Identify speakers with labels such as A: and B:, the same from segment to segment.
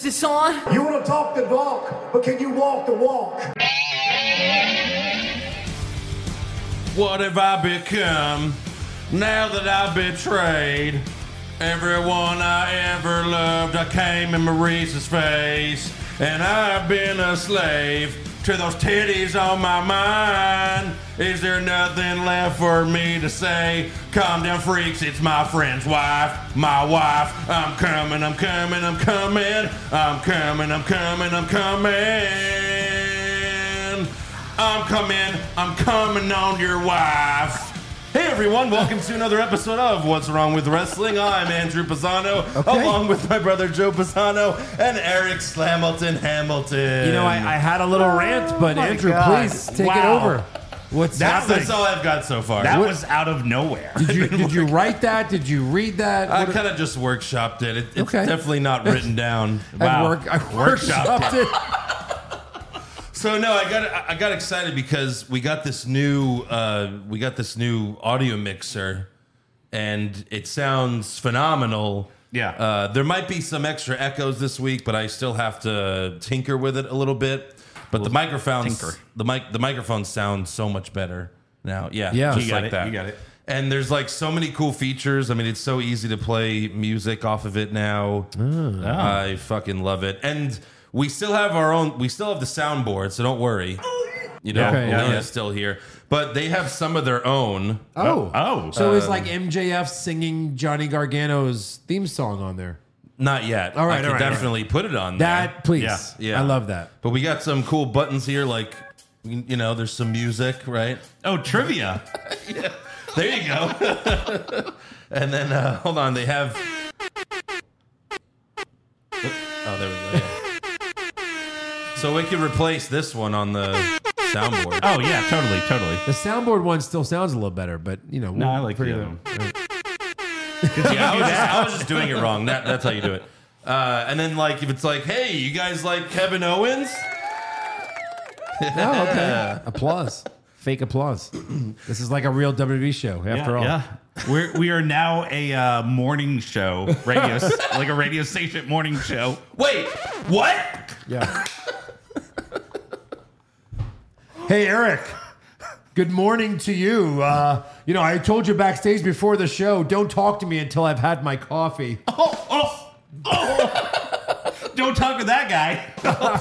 A: this on?
B: You want to talk the talk, but can you walk the walk?
C: What have I become now that I betrayed everyone I ever loved? I came in Maurice's face, and I've been a slave to those titties on my mind. Is there nothing left for me to say? Calm down, freaks, it's my friend's wife, my wife. I'm coming, I'm coming, I'm coming, I'm coming, I'm coming, I'm coming. I'm coming. I'm coming on your wife. Hey everyone, welcome to another episode of What's Wrong with Wrestling. I'm Andrew Pisano, along with my brother Joe Pisano and Eric Slamilton Hamilton.
D: You know, I, I had a little rant, but
E: my
D: Andrew,
E: God.
D: please take it
C: Wow.
D: over. What's
C: that's,
D: happening?
C: that's all I've got so far.
F: That was out of nowhere.
D: Did you, did you write that? Did you read that?
C: I
D: What-
C: kind of just workshopped it. it it's
D: Okay.
C: definitely not written down.
D: I
C: Wow.
D: work. I
C: Workshopped
D: workshopped it.
C: So no, I got I got excited because we got this new uh, we got this new audio mixer, and it sounds phenomenal.
F: Yeah.
C: uh, there might be some extra echoes this week, but I still have to tinker with it a little bit. But the microphones,
F: tinker.
C: the mic, the microphone sounds so much better now. Yeah,
D: Yeah.
C: just
D: You
F: got
C: like
F: it,
C: that.
F: you got it.
C: And there's like so many cool features. I mean, it's so easy to play music off of it now.
D: Oh.
C: I fucking love it. And we still have our own. We still have the soundboard, so don't worry. You know,
D: Okay,
C: Leah's
D: yeah.
C: still here, but they have some of their own.
D: Oh,
F: oh.
D: So it's like MJF singing Johnny Gargano's theme song on there.
C: Not yet.
D: All right,
C: I could
D: all right, all right.
C: definitely put it on there.
D: That please,
F: Yeah,
C: yeah.
D: I love that.
C: But we got some cool buttons here, like you know, there's some music, right?
F: Oh, trivia.
C: There you go. and then uh, hold on, they have. Oh, there we go. Yeah. So we could replace this one on the soundboard.
F: Oh, yeah, totally, totally.
D: The soundboard one still sounds a little better, but you know,
F: No,
D: we'll
F: I like
D: figure
F: the other
D: it out.
F: one.
C: Yeah, I was, just, I was just doing it wrong. That, that's how you do it. Uh, and then, like, if it's like, hey, you guys like Kevin Owens?
D: Oh, okay. applause. Fake applause. This is like a real WWE show, after all.
F: Yeah. We're, we are now a uh, morning show, radio, s- like a radio station morning show.
C: Wait, what?
D: Yeah. hey, Eric. Good morning to you. Uh, you know, I told you backstage before the show, don't talk to me until I've had my coffee.
F: Oh, oh, oh. Don't talk to that guy.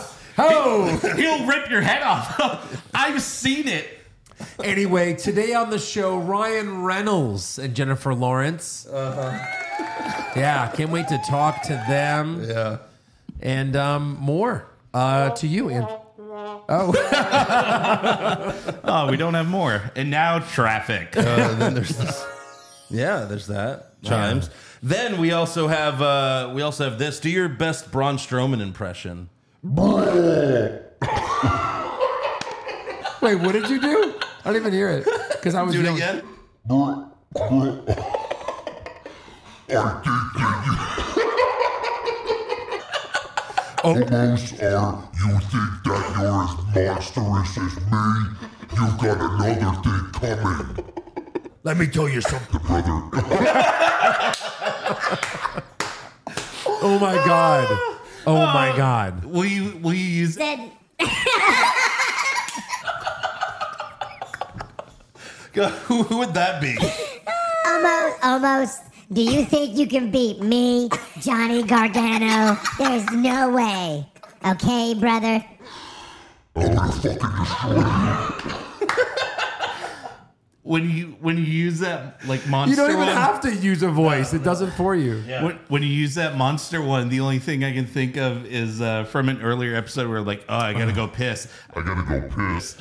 D: Oh!
F: He'll rip your head off. I've seen it.
D: anyway, today on the show, Ryan Reynolds and Jennifer Lawrence. Uh-huh. yeah, can't wait to talk to them. Yeah. And um, more uh, to you, and
F: Oh, we don't have more. And now traffic.
C: Yeah, there's that chimes. Then we also have uh, we also have this. Do your best Braun Strowman impression.
D: Wait, what did you do? I don't even hear it because I was
C: Do it
D: yelling-
C: again.
B: Oh.
G: Almost are you think that you're as monstrous as me? You've got another thing coming.
B: Let me tell you something.
D: Oh my god! Oh my god!
F: Will you will you use
H: Then
C: Who, who would that be?
H: almost, almost. Do you think you can beat me, Johnny Gargano? There's no way. Okay, brother.
G: I'm gonna fucking destroy you.
F: when you when you use that like monster
D: You don't even
F: one,
D: have to use a voice; it does it for you.
F: When, when you use that monster one, the only thing I can think of is uh, from an earlier episode where like, oh, I gotta
D: Uh-huh.
F: go piss.
G: I gotta go piss.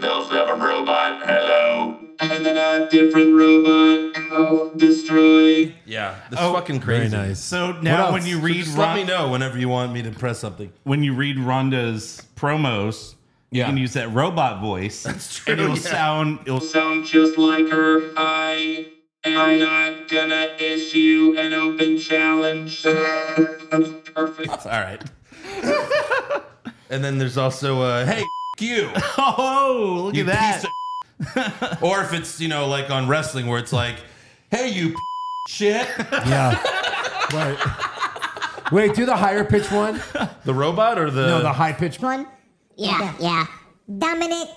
I: Bill's different robot. Hello. And then a different robot. Hello. Destroy.
C: Yeah, this is fucking crazy.
D: Oh, Very nice.
F: So
D: else?
F: now when you
C: So
F: read
C: just
F: Ron-
C: let me know whenever you want me to press something.
F: when you read Rhonda's promos,
C: Yeah.
F: you can use that robot voice. That's
C: true,
F: And it'll
C: yeah.
F: sound it'll
I: Sound just like her. I am not gonna issue an open challenge. Perfect.
C: All right. and then there's also uh, hey f- you.
F: Oh, look
C: You
F: at that.
C: piece of or if it's you know like on wrestling where it's like, hey you
F: shit.
D: Yeah. right. Wait, do the higher pitch one?
C: The robot or the?
D: No, the high pitch.
H: One? Yeah, yeah. Dominic,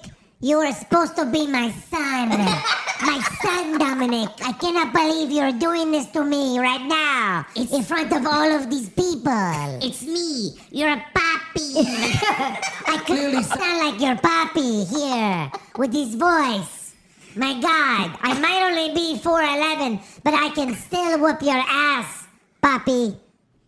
H: you were supposed to be my son. my son, Dominic. I cannot believe you're doing this to me right now. It's in front of all of these people. It's me. You're a puppy. I clearly sound like your puppy here with this voice. My God, I might only be 4'11, but I can still whoop your ass, puppy.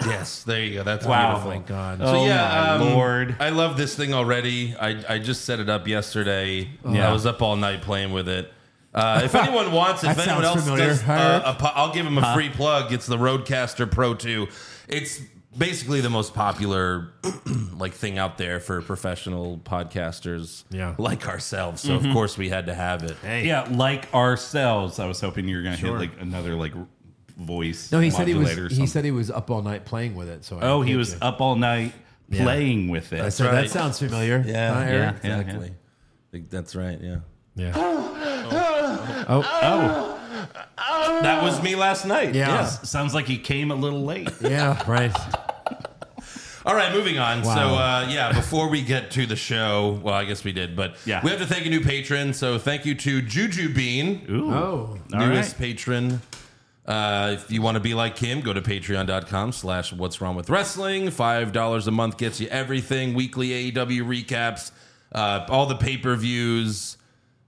C: Yes, there you go. That's
F: Wow.
C: beautiful.
D: Oh my God.
C: So
F: Oh
C: yeah,
F: my
C: um,
F: Lord.
C: I love this thing already. I, I just set it up yesterday.
D: Oh,
F: Yeah.
C: I was up all night playing with it. Uh, if anyone wants, it, if
D: That
C: anyone
D: sounds
C: else
D: familiar.
C: does, uh, a po- I'll give them a free plug. It's the Roadcaster Pro 2. It's basically the most popular like thing out there for professional podcasters
D: Yeah. Mm-hmm.
C: like ourselves. So of course we had to have it.
F: Yeah, like ourselves. I was hoping you were gonna hit like another like r- voice.
D: No, he said he was.
F: modulator or
D: He
F: something.
D: said he was up all night playing with it. So I
F: Oh, he
D: think
F: was
D: it-
F: up all night playing with it.
D: So
C: right.
D: that sounds familiar.
C: Yeah,
D: Huh,
C: yeah,
D: Eric?
F: yeah, yeah.
C: exactly. Like, That's right. Yeah.
D: Yeah.
F: Oh,
C: That was me last night.
D: Yeah.
F: s- sounds like he came a little late.
D: Yeah, right.
C: All right, moving on.
D: Wow.
C: So, uh, yeah, before we get to the show, well, I guess we did, but
F: Yeah.
C: we have to thank a new patron. So, thank you to Juju Bean,
F: Ooh.
D: Oh.
F: All
C: newest
F: right.
C: patron. Uh, if you want to be like him, go to patreon.com slash what's wrong with wrestling. $5 a month gets you everything weekly AEW recaps, uh, all the pay per views,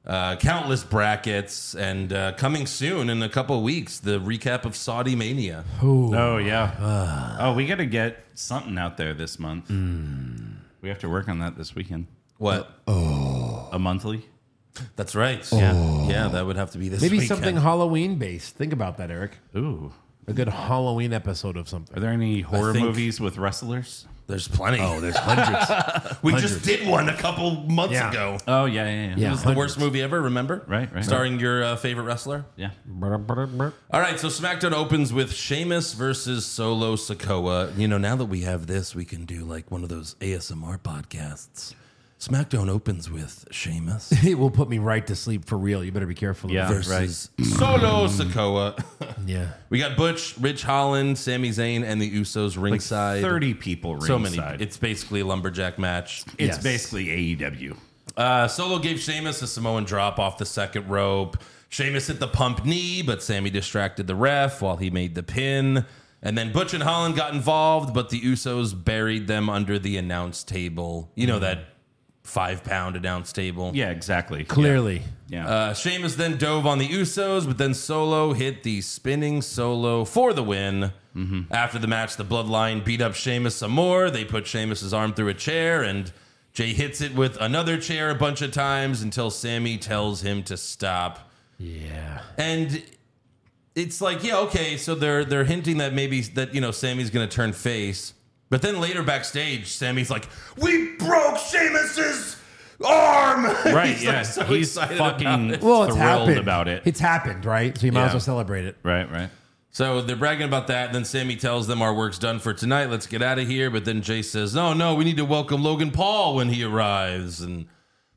C: uh, countless brackets, and uh, coming soon in a couple of weeks, the recap of Saudi Mania.
F: Oh yeah. oh, we got to get something out there this month. We have to work on that this weekend.
C: What?
F: A monthly.
C: That's right. Yeah. Yeah, that would have to be this
D: Maybe
C: weekend.
D: something Halloween based. Think about that, Eric.
F: Ooh.
D: A good Halloween episode of
F: Are
D: something.
F: there any horror
C: think-
F: movies with wrestlers?
C: There's plenty. Oh, there's hundreds. we just did one a couple months
D: Yeah.
C: ago.
F: Oh yeah, yeah, yeah.
C: It was the worst movie ever, remember?
F: Right, right.
C: Starring your uh, favorite wrestler.
F: Yeah.
C: All right, so SmackDown opens with Sheamus versus Solo Sokoa. You know, now that we have this, we can do like one of those ASMR podcasts. SmackDown opens with Sheamus
D: It will put me right to sleep for real. You better be careful. of
F: Yeah.
D: that.
C: versus Solo Sokoa.
D: Yeah.
C: we got Butch, Rich Holland, Sami Zayn, and the Usos ringside.
F: Thirty people ringside.
C: so many. It's basically a lumberjack match.
F: it's
D: Yes.
F: basically E AEW.
C: Uh, Solo gave Sheamus a Samoan drop off the second rope. Sheamus hit the pump knee, but Sammy distracted the ref while he made the pin. And then Butch and Holland got involved, but the Usos buried them under the announce table. You know that five pound announce table.
F: Yeah, exactly.
D: Clearly.
F: Yeah.
C: Uh, Sheamus then dove on the Usos, but then Solo hit the spinning solo for the win.
F: Mm-hmm.
C: After the match, the Bloodline beat up Sheamus some more. They put Sheamus's arm through a chair, and Jay hits it with another chair a bunch of times until Sammy tells him to stop.
D: Yeah.
C: And it's like, yeah, okay, so they're they're hinting that maybe that you know Sammy's gonna turn face, but then later backstage, Sammy's like, "We broke Sheamus's arm."
F: right.
C: He's,
F: yeah.
C: like, so
F: He's
C: excited about
F: fucking
C: it.
D: Well, it's
F: thrilled
D: happened.
F: about it.
D: It's happened, right? So you might as
F: Yeah.
D: well celebrate it.
F: right. Right.
C: So they're bragging about that. Then Sammy tells them our work's done for tonight. Let's get out of here. But then Jay says, No, no, we need to welcome Logan Paul when he arrives. And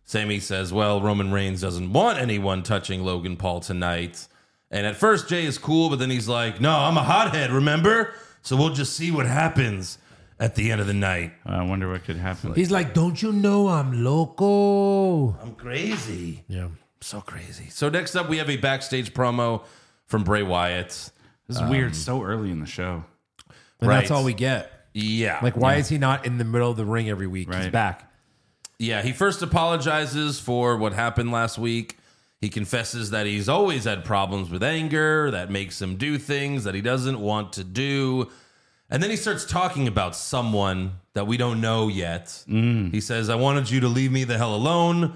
C: Sammy says, Well, Roman Reigns doesn't want anyone touching Logan Paul tonight. And at first, Jay is cool, but then he's like, No, I'm a hothead, remember? So we'll just see what happens at the end of the night.
F: I wonder what could happen.
D: He's like, don't you know I'm loco?
C: I'm crazy.
D: Yeah.
C: So crazy. So next up, we have a backstage promo from Bray Wyatt.
F: This is weird. So early in the show.
D: And
C: Right.
D: that's all we get.
C: Yeah.
D: Like, why is he not in the middle of the ring every week? He's
F: Right.
D: back.
C: Yeah, he first apologizes for what happened last week. He confesses that he's always had problems with anger that makes him do things that he doesn't want to do. And then he starts talking about someone that we don't know yet. He says, I wanted you to leave me the hell alone.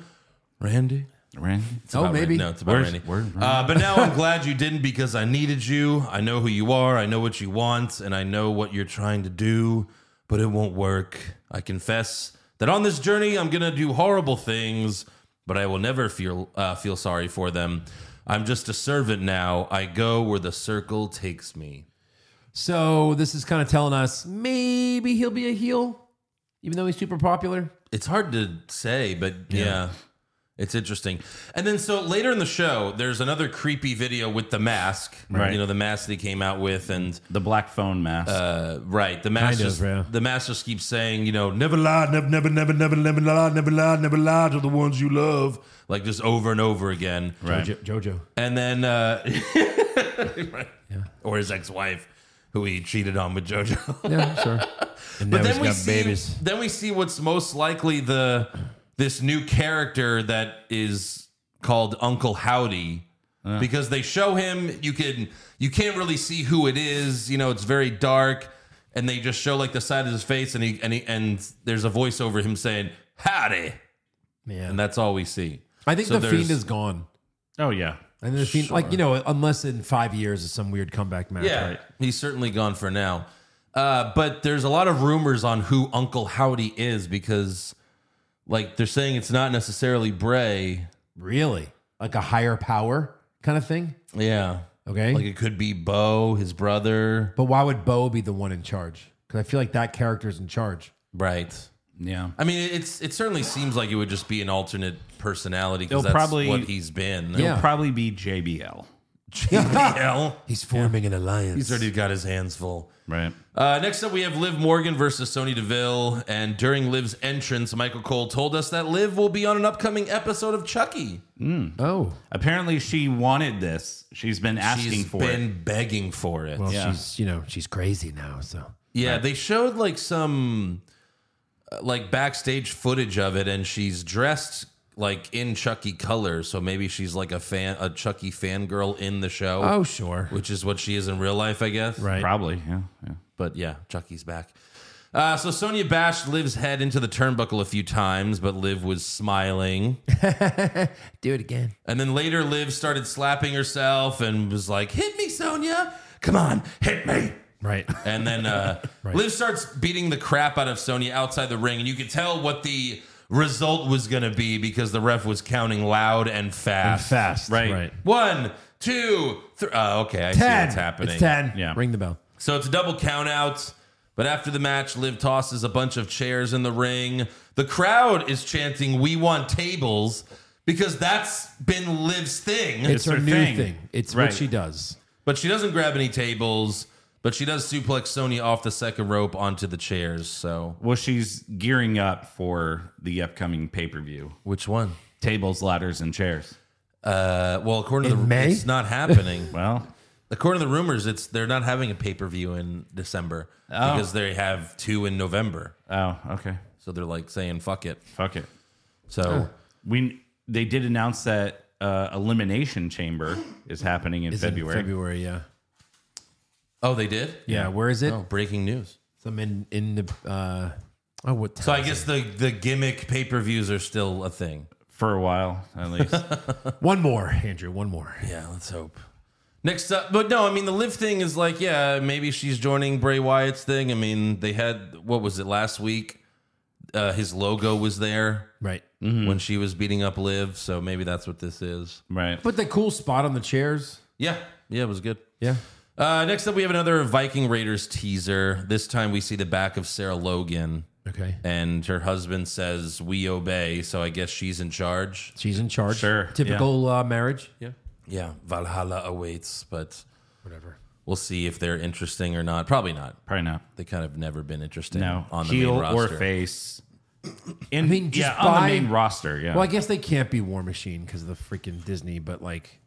C: Randy?
F: Right.
C: It's about
D: Oh, maybe.
C: Randy. No, it's about
F: Where's-
C: Randy.
F: where-
C: Uh, but now I'm glad you didn't because I needed you. I know who you are. I know what you want, and I know what you're trying to do, but it won't work. I confess that on this journey, I'm gonna do horrible things, but I will never feel uh, feel sorry for them. I'm just a servant now. I go where the circle takes me.
D: So this is kind of telling us maybe he'll be a heel, even though he's super popular.
C: It's hard to say, but yeah. It's interesting. And then so later in the show, there's another creepy video with the mask.
F: Right.
C: You know, the mask that he came out with and
F: The black phone mask.
C: right. The mask
D: Kind of,
C: just,
D: yeah.
C: the mask just keeps saying, you know, never
J: Lie, never, never, never, never, never lie, never lie, never lie to the ones you love.
C: like just over and over again.
F: right.
D: Jo- Jojo.
C: And then uh right. or his ex wife who he cheated on with JoJo.
D: Yeah, sure.
K: And
C: But
K: now
C: then
K: he's
C: we
K: got
C: see
K: babies.
C: then we see what's most likely the this new character that is called Uncle Howdy because they show him you can you can't really see who it is you know it's very dark and they just show like the side of his face and he and he, and there's a voice over him saying howdy
D: Yeah.
C: and that's all we see
D: I think
C: So
D: the
C: there's-
D: fiend is gone.
F: Oh yeah.
D: And the fiend, like you know, unless in five years is some weird comeback match.
C: yeah he's certainly gone for now uh, but there's a lot of rumors on who Uncle Howdy is because like they're saying it's not necessarily Bray
D: Really, like a higher power kind of thing.
C: yeah
D: Okay,
C: Like it could be Bo, his brother.
D: but why would Bo be the one in charge? Because I feel like that character's in charge.
C: Right.
F: Yeah.
C: I mean, it's it certainly seems like it would just be an alternate personality because
F: They'll
C: that's
F: probably-
C: what he's been.
D: Yeah.
F: Probably be JBL.
C: JBL.
D: He's forming an alliance.
C: He's already got his hands full.
F: Right.
C: Uh, next up, we have Liv Morgan versus Sony Deville. And during Liv's entrance, Michael Cole told us that Liv will be on an upcoming episode of Chucky.
D: oh,
F: Apparently, she wanted this. She's been asking
C: She's
F: for
C: been
F: it.
C: begging for it.
D: well,
F: Yeah.
D: she's you know she's crazy now. So
C: Yeah, they showed like some uh, like backstage footage of it, and she's dressed like in Chucky colors, so maybe she's like a fan, a Chucky fangirl in the show.
D: oh sure,
C: Which is what she is in real life, I guess.
D: right?
F: Probably. Yeah. yeah.
C: But yeah, Chucky's back. Uh, so Sonia bashed Liv's head into the turnbuckle a few times, but Liv was smiling.
D: Do it again.
C: And then later, Liv started slapping herself and was like, "Hit me, Sonia! Come on, hit me!"
D: Right.
C: And then uh, Liv starts beating the crap out of Sonya outside the ring, and you could tell what the result was going to be because the ref was counting loud and fast.
D: Fast.
F: Right.
C: One, two, three. Oh, okay, I see
D: Ten.
C: what's happening.
D: It's ten.
F: Yeah.
D: Ring the bell.
C: So it's a double count out. But after the match, Liv tosses a bunch of chairs in the ring. The crowd is chanting, "We want tables," because that's been Liv's thing.
D: It's, her
F: her
D: new thing.
F: thing.
D: It's
F: Right.
D: what she does.
C: But she doesn't grab any tables, but she does suplex Sonya off the second rope onto the chairs. So,
F: Well, she's gearing up for the upcoming pay per view.
C: which one?
F: Tables, ladders, and chairs.
C: Uh, well, according to
D: In
C: the
D: May?
C: it's not happening.
F: Well,
C: according to the rumors, it's they're not having a pay per view in December because they have two in November.
F: oh, okay.
C: So they're like saying fuck it.
F: Fuck it.
C: So
F: We they did announce that uh, elimination chamber is happening in
D: It's in
F: February.
D: February. Yeah.
C: oh, they did.
D: Yeah. Where is it?
C: Oh, breaking news.
D: Some in in the. Uh, oh, what?
C: So I guess the the gimmick pay per views are still a thing.
F: for a while at least.
D: One more, Andrew. One more.
C: Yeah, let's hope. Next up, but no, I mean the live thing is like, yeah, maybe she's joining Bray Wyatt's thing. I mean, they had what was it last week? Uh, his logo was there
D: Right.
C: when she was beating up Liv, so maybe that's what this is.
F: right.
D: But the cool spot on the chairs.
C: Yeah, yeah, it was good.
D: Yeah.
C: Uh, next up, we have another Viking Raiders teaser. This time, we see the back of Sarah Logan,
D: Okay.
C: and her husband says, "We obey," so I guess she's in charge.
D: She's in charge.
F: Sure,
D: Typical uh, marriage. Yeah.
C: Yeah, Valhalla awaits, but
D: Whatever.
C: we'll see if they're interesting or not. Probably not.
F: Probably not.
C: They kind of never been interesting
F: No.
C: on the
F: Heel
C: main roster.
F: or face. In,
D: mean, just
F: yeah, on the
D: buy-
F: main roster. Yeah.
D: Well, I guess they can't be War Machine because of the freaking Disney, but like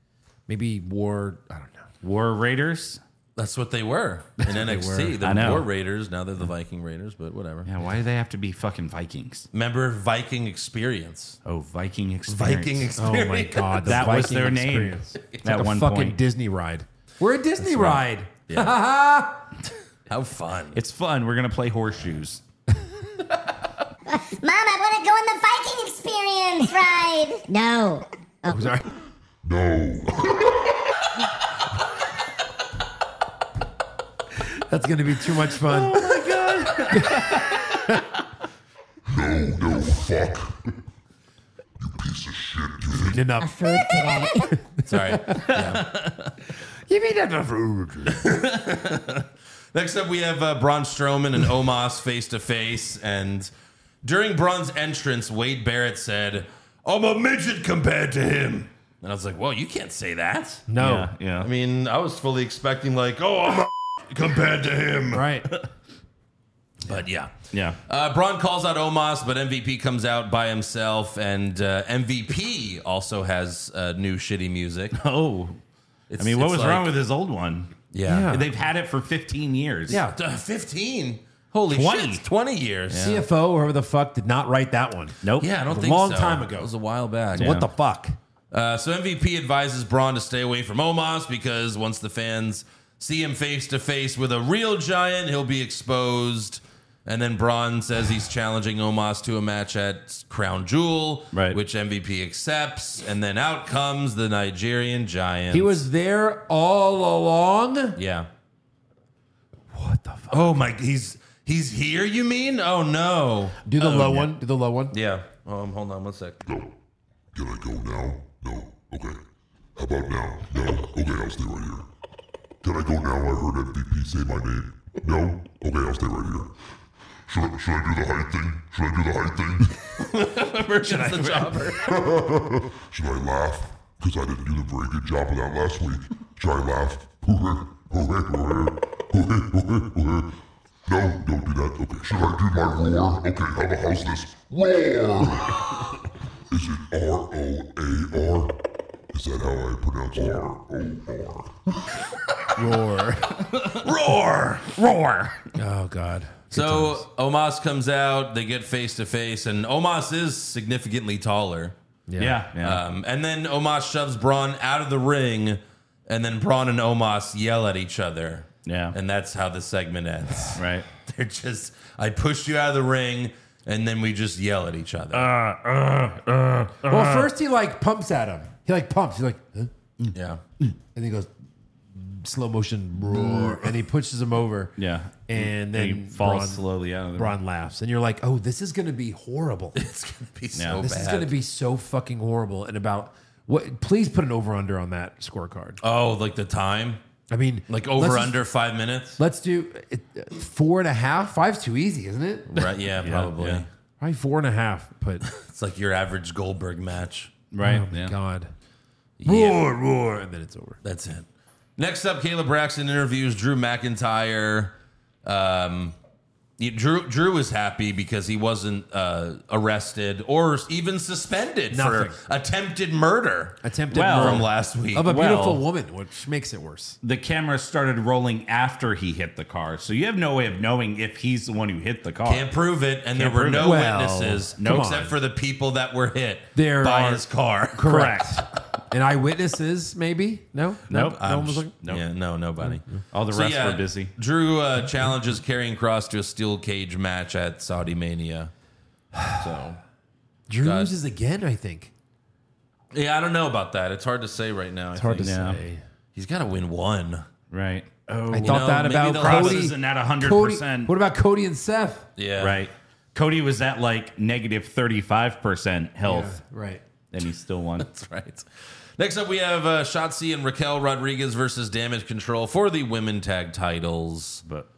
D: maybe War. I don't know.
F: War Raiders.
C: That's what they were in NXT.
D: were.
C: The
F: I know.
C: War Raiders. Now they're the Viking Raiders, but whatever.
F: Yeah. Why do they have to be fucking Vikings?
C: Remember Viking Experience.
F: Oh, Viking experience.
C: Viking Experience.
D: Oh my God. the
F: That was
D: Viking
F: their name
D: experience.
F: at
D: like a
F: one
D: fucking
F: point.
D: Disney ride. We're a Disney ride.
C: How fun.
F: It's fun. We're gonna play horseshoes.
H: Mom, I want to go on the Viking experience ride. No.
L: No.
D: That's going to be too much fun.
L: No, no, fuck. You piece of shit. You think
D: Enough.
H: Food today.
C: Sorry. Yeah.
D: Give me that food.
C: Next up, we have uh, Braun Strowman and Omos face to face. And during Braun's entrance, Wade Barrett said, I'm a midget compared to him. And I was like, well, you can't say that.
D: No.
F: yeah.
C: I mean, I was fully expecting, like, oh, I'm a compared to him.
D: Right.
C: But yeah.
F: yeah.
C: Uh, Braun calls out Omos, but MVP comes out by himself, and uh, MVP also has uh, new shitty music.
F: Oh, I mean, what was wrong with his old one?
C: Yeah,
D: Yeah.
F: They've had it for 15 years.
D: Yeah.
C: Duh, fifteen. Holy
F: 20.
C: shit, twenty years. Yeah,
D: CFO, whoever the fuck, did not write that one.
F: Nope.
C: I don't
D: It was a
C: think
D: long
C: so.
D: time ago.
C: It was a while back.
D: What the fuck?
C: Uh, so MVP advises Braun to stay away from Omos because once the fans see him face to face with a real giant, he'll be exposed. And then Braun says he's challenging Omos to a match at Crown Jewel,
F: Right.
C: which MVP accepts. And then out comes the Nigerian giant.
D: He was there all along.
C: yeah. What the? Fuck? Oh my! He's he's here. You mean? Oh no.
D: Do the low one. Do the low one.
C: Yeah. Um. Hold on one sec.
M: No. Can I go now? No. Okay. How about now? No. Okay, I'll stay right here. Can I go now? I heard MVP say my name. No. Okay, I'll stay right here. Should I, should I do the height thing? Should I do the height thing?
C: Versus the jobber.
M: Should I laugh? Because I didn't do a very good job of that last week. Should I laugh? no, don't do that. Okay. Should I do my roar? Okay, how about how's this? Roar! Is it R O A R? Is that how I pronounce it? R O
D: Roar.
M: R.
C: Roar.
F: Roar.
D: oh God.
C: So Omos comes out. They get face to face, and Omos is significantly taller.
F: Yeah. Yeah.
C: Um, and then Omos shoves Braun out of the ring, and then Braun and Omos yell at each other.
F: Yeah.
C: and that's how the segment ends.
F: right.
C: They're just, I pushed you out of the ring, and then we just yell at each other.
D: Uh. Well, first he like pumps at him. He like pumps. He's like, huh?
C: yeah,
D: and he goes slow motion roar, and he pushes him over.
F: Yeah.
D: and
F: He
D: then
F: falls
D: Braun-
F: slowly out of the
D: Braun laughs, and you're like, "Oh, this is gonna be horrible.
C: it's gonna be so
F: Yeah.
D: this
C: bad.
D: is gonna be so fucking horrible." And about what? Please put an over under on that scorecard.
C: oh, like the time,
D: I mean,
C: like
D: let's
C: over
D: just-
C: under five minutes.
D: Let's do it, four and a half. Five's too easy, isn't it?
C: Right? Yeah, probably.
F: yeah.
D: Probably four and a half. But
C: It's like your average Goldberg match.
F: Right.
D: oh my
F: yeah.
D: god,
C: Yeah.
D: roar, roar, and then it's over.
C: That's it. Next up, Caleb Braxton interviews Drew McIntyre. Um, he- Drew Drew was happy because he wasn't uh, arrested or even suspended
D: Nothing.
C: for attempted murder
D: Attempted
F: Well-
C: from
D: murder
C: last week.
D: of a
F: Well-
D: beautiful woman, which makes it worse.
F: The camera started rolling after he hit the car, so you have no way of knowing if he's the one who hit the car.
C: Can't prove it, and there were
F: prove
C: no
D: it. Well,
C: witnesses,
D: come
C: except
D: on.
C: for the people that were hit
D: There
C: by
D: are-
C: his car.
F: Correct.
D: and eyewitnesses, maybe? No, no,
F: Nope.
D: No one was Mm-hmm. looking.
F: Nope.
C: Um, Yeah, no, nobody.
F: All the
C: So,
F: rest
C: yeah,
F: were busy.
C: Drew uh, challenges Karrion Cross to a steel cage match at Saudi Mania. So
D: Drew
C: God.
D: loses again, I think.
C: yeah, I don't know about that. It's hard to say right now. I
D: It's hard to
C: think.
F: Yeah.
D: say.
C: He's got to win one.
F: Right. Oh,
D: I thought
C: know,
D: that
C: maybe
D: about
C: the
F: Cross
D: Cody.
F: isn't at 100%.
D: Cody. What about Cody and Seth?
C: Yeah,
F: Right. Cody was at like negative 35% health,
D: Right.
F: and he still won.
C: That's right. Next up, we have uh, Shotzi and Raquel Rodriguez versus Damage Control for the women tag titles.
F: but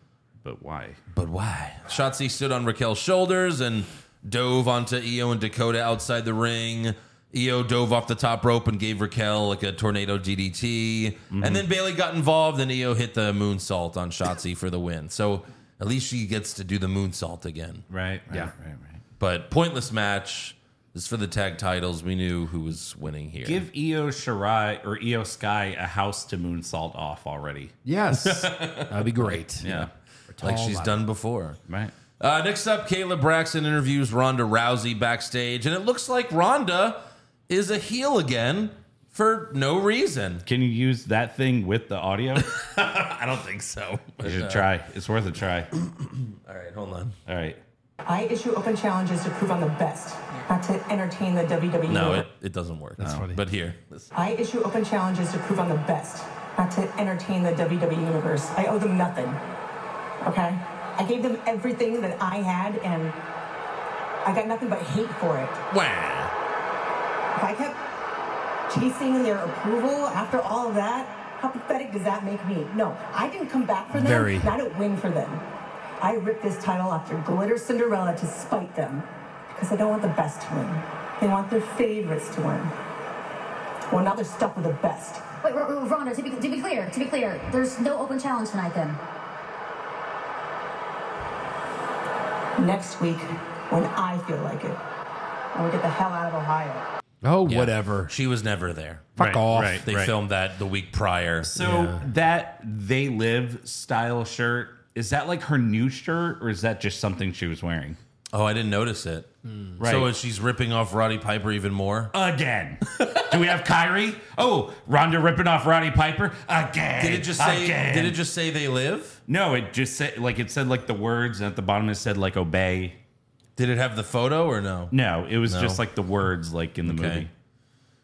F: but why?
C: But why? Shotzi stood on Raquel's shoulders and dove onto Io and Dakota outside the ring. Io dove off the top rope and gave Raquel like a tornado DDT.
D: Mm-hmm.
C: And then Bailey got involved and Io hit the moonsault on Shotzi for the win. So at least she gets to do the moonsault again.
F: Right.
D: Yeah.
F: Right. Right.
C: But pointless match. This is for the tag titles. We knew who was winning here.
F: Give Io Shirai or Io Sky a house to moonsault off already.
D: Yes. That'd be great.
F: Yeah.
C: like she's
D: All
C: done before.
F: Right.
C: Uh, next up, Kayla Braxton interviews Ronda Rousey backstage, and it looks like Ronda is a heel again for no reason.
F: Can you use that thing with the audio? you
C: I don't think so.
F: should try. It's worth a try.
C: All right, hold on.
F: All right.
N: I issue open challenges to prove I'm the best, not to entertain the WWE.
C: No, it, it doesn't work. That's
D: funny.
C: But here,
N: I issue open challenges to prove I'm the best, not to entertain the WWE universe. I owe them nothing. Okay? I gave them everything that I had, and I got nothing but hate for it.
C: wow.
N: If I kept chasing their approval after all of that, how pathetic does that make me? No, I didn't come back for them.
D: Very.
N: and I didn't win for them. I ripped this title off their glitter Cinderella to spite them. because they don't want the best to win. They want their favorites to win. Well, now they're stuck with the best.
E: Wait, R- R- Rhonda, to be, to be clear, to be clear, there's no open challenge tonight then.
N: Next week, when I feel like it, and we get the hell out of Ohio.
D: Oh, whatever.
C: She was never there.
D: Fuck
F: Right,
D: off.
F: right.
C: They filmed that the week prior.
F: So that they live style shirt is that like her new shirt or is that just something she was wearing
C: Oh, I didn't notice it.
F: Mm. Right.
C: So is she's ripping off Roddy Piper even more.
F: again? Do we have Kyrie? Oh, Ronda ripping off Roddy Piper again?
C: Did it just say?
F: Again.
C: Did it just say they live?
F: No, it just said like it said like the words and at the bottom it said like obey.
C: Did it have the photo or no?
F: No, it was
C: No.
F: just like the words like in the
C: Okay.
F: movie.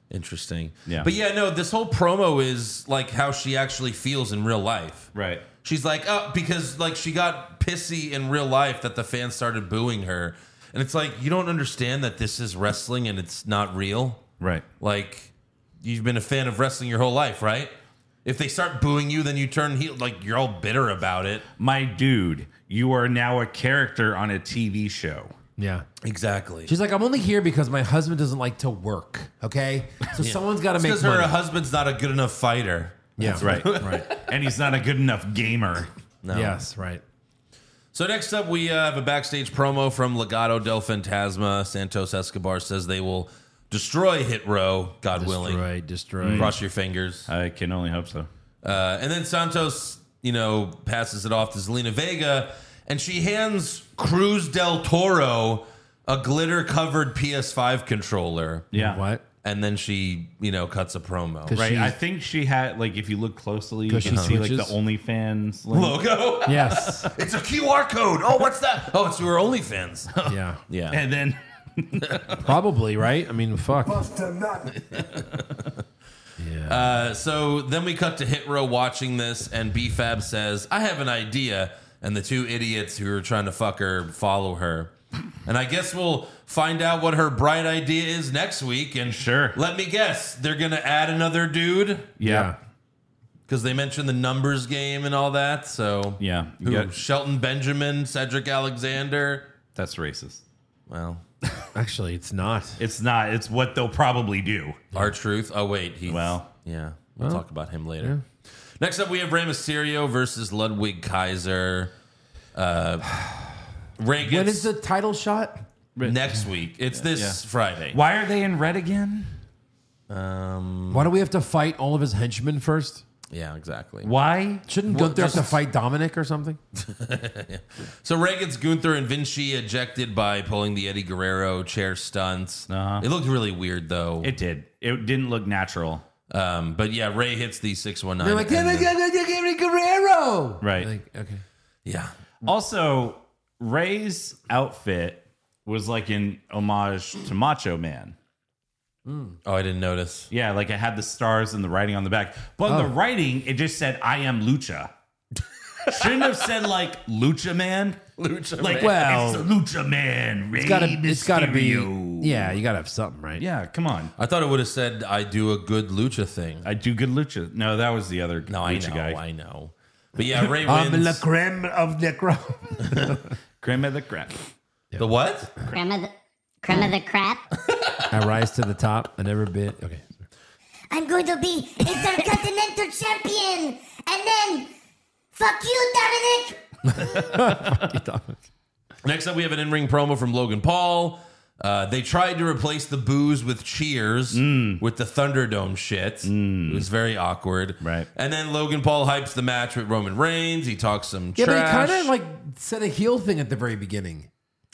C: Interesting.
F: Yeah.
C: But yeah, no, this whole promo is like how she actually feels in real life.
F: Right.
C: She's like, oh, because like she got pissy in real life that the fans started booing her. And it's like, you don't understand that this is wrestling and it's not real.
F: Right.
C: Like, you've been a fan of wrestling your whole life, right? If they start booing you, then you turn heel. Like, you're all bitter about it.
F: My dude, you are now a character on a TV show.
D: Yeah.
C: Exactly.
D: She's like, I'm only here because my husband doesn't like to work. Okay. So someone's got to make
C: because her
D: money.
C: husband's not a good enough fighter.
D: yeah.
F: Right. right. And he's not a good enough gamer.
C: No.
D: Yes. Right.
C: So next up, we uh, have a backstage promo from Legado del Fantasma. Santos Escobar says they will destroy Hit Row, God willing.
D: Destroy. Destroy.
C: Cross your fingers.
F: I can only hope so.
C: Uh, and then Santos, you know, passes it off to Zelina Vega, and she hands Cruz del Toro a glitter-covered PS5 controller.
F: Yeah.
D: What?
C: And then she, you know, cuts a promo.
D: 'Cause
F: Right.
D: she's-
F: I think she had like if you look closely, you
D: Because
F: can
D: she
F: see like the
D: switches?
F: OnlyFans link.
C: Logo.
D: yes.
C: It's a QR code. Oh, what's that? Oh, it's your OnlyFans.
D: Yeah.
C: yeah.
F: And then
D: Probably. Right. I mean, fuck.
C: Uh, so then we cut to Hit Row watching this, and B Fab says, I have an idea. And the two idiots who are trying to fuck her follow her. And I guess we'll find out what her bright idea is next week. And
F: Sure.
C: let me guess, they're going to add another dude
F: yeah.
C: because they mentioned the numbers game and all that. So,
F: Yeah.
C: Who,
F: Yeah.
C: Shelton Benjamin, Cedric Alexander.
F: That's racist.
C: Well,
D: Actually, it's not.
F: It's not. It's what they'll probably do.
C: Our Truth. Oh wait, he's
F: Well.
C: yeah. We'll talk about him later. Next up, we have Rey Mysterio versus Ludwig Kaiser. Uh, Ray
D: When
C: gets
D: is the title shot?
C: next week. It's this Friday.
F: Why are they in red again?
D: Why do we have to fight all of his henchmen first?
C: Yeah, exactly.
F: Why?
D: Shouldn't
C: Well,
D: Gunther have to
C: there's-
D: fight Dominic or something?
C: So Ray gets Gunther and Vinci ejected by pulling the Eddie Guerrero chair stunts.
F: Uh-huh.
C: It looked really weird though.
F: It did. It didn't look natural.
C: um, but yeah, Ray hits the six one
D: They're like,
C: nine.
D: "Yeah, yeah, yeah, yeah, yeah, yeah, Guerrero.
F: Right.
D: Like, okay.
C: Yeah,
F: Also, Ray's outfit was like an homage to Macho Man.
C: Oh, I didn't notice.
F: Yeah, like it had the stars and the writing on the back. But
D: Oh.
F: on the writing, it just said, I am Lucha. Shouldn't have said like Lucha Man. Lucha like, Man.
D: Well-
F: it's Lucha Man. Ray
D: It's gotta. It's gotta be.
F: Mysterio.
D: Yeah, you gotta have something, right?
F: Yeah, come on.
C: I thought it would have said, "I do a good lucha thing."
F: I do good Lucha. No, that was the other
C: No, I
F: Lucha
C: know,
F: guy.
C: I know. But yeah, Ray
D: I'm
C: wins.
D: la creme of the creme.
F: Creme of the crap.
C: The what?
H: Creme of the, creme of the crap.
D: I rise to the top. I never bit. Okay.
H: I'm going to be intercontinental champion, and then fuck you, Dominic.
C: Next up, we have an in-ring promo from Logan Paul. Uh, they tried to replace the booze with cheers
D: Mm.
C: with the Thunderdome shit. It was very awkward.
F: Right.
C: And then Logan Paul hypes the match with Roman Reigns. He talks some
D: Yeah,
C: trash.
D: but he kind of like said a heel thing at the very beginning.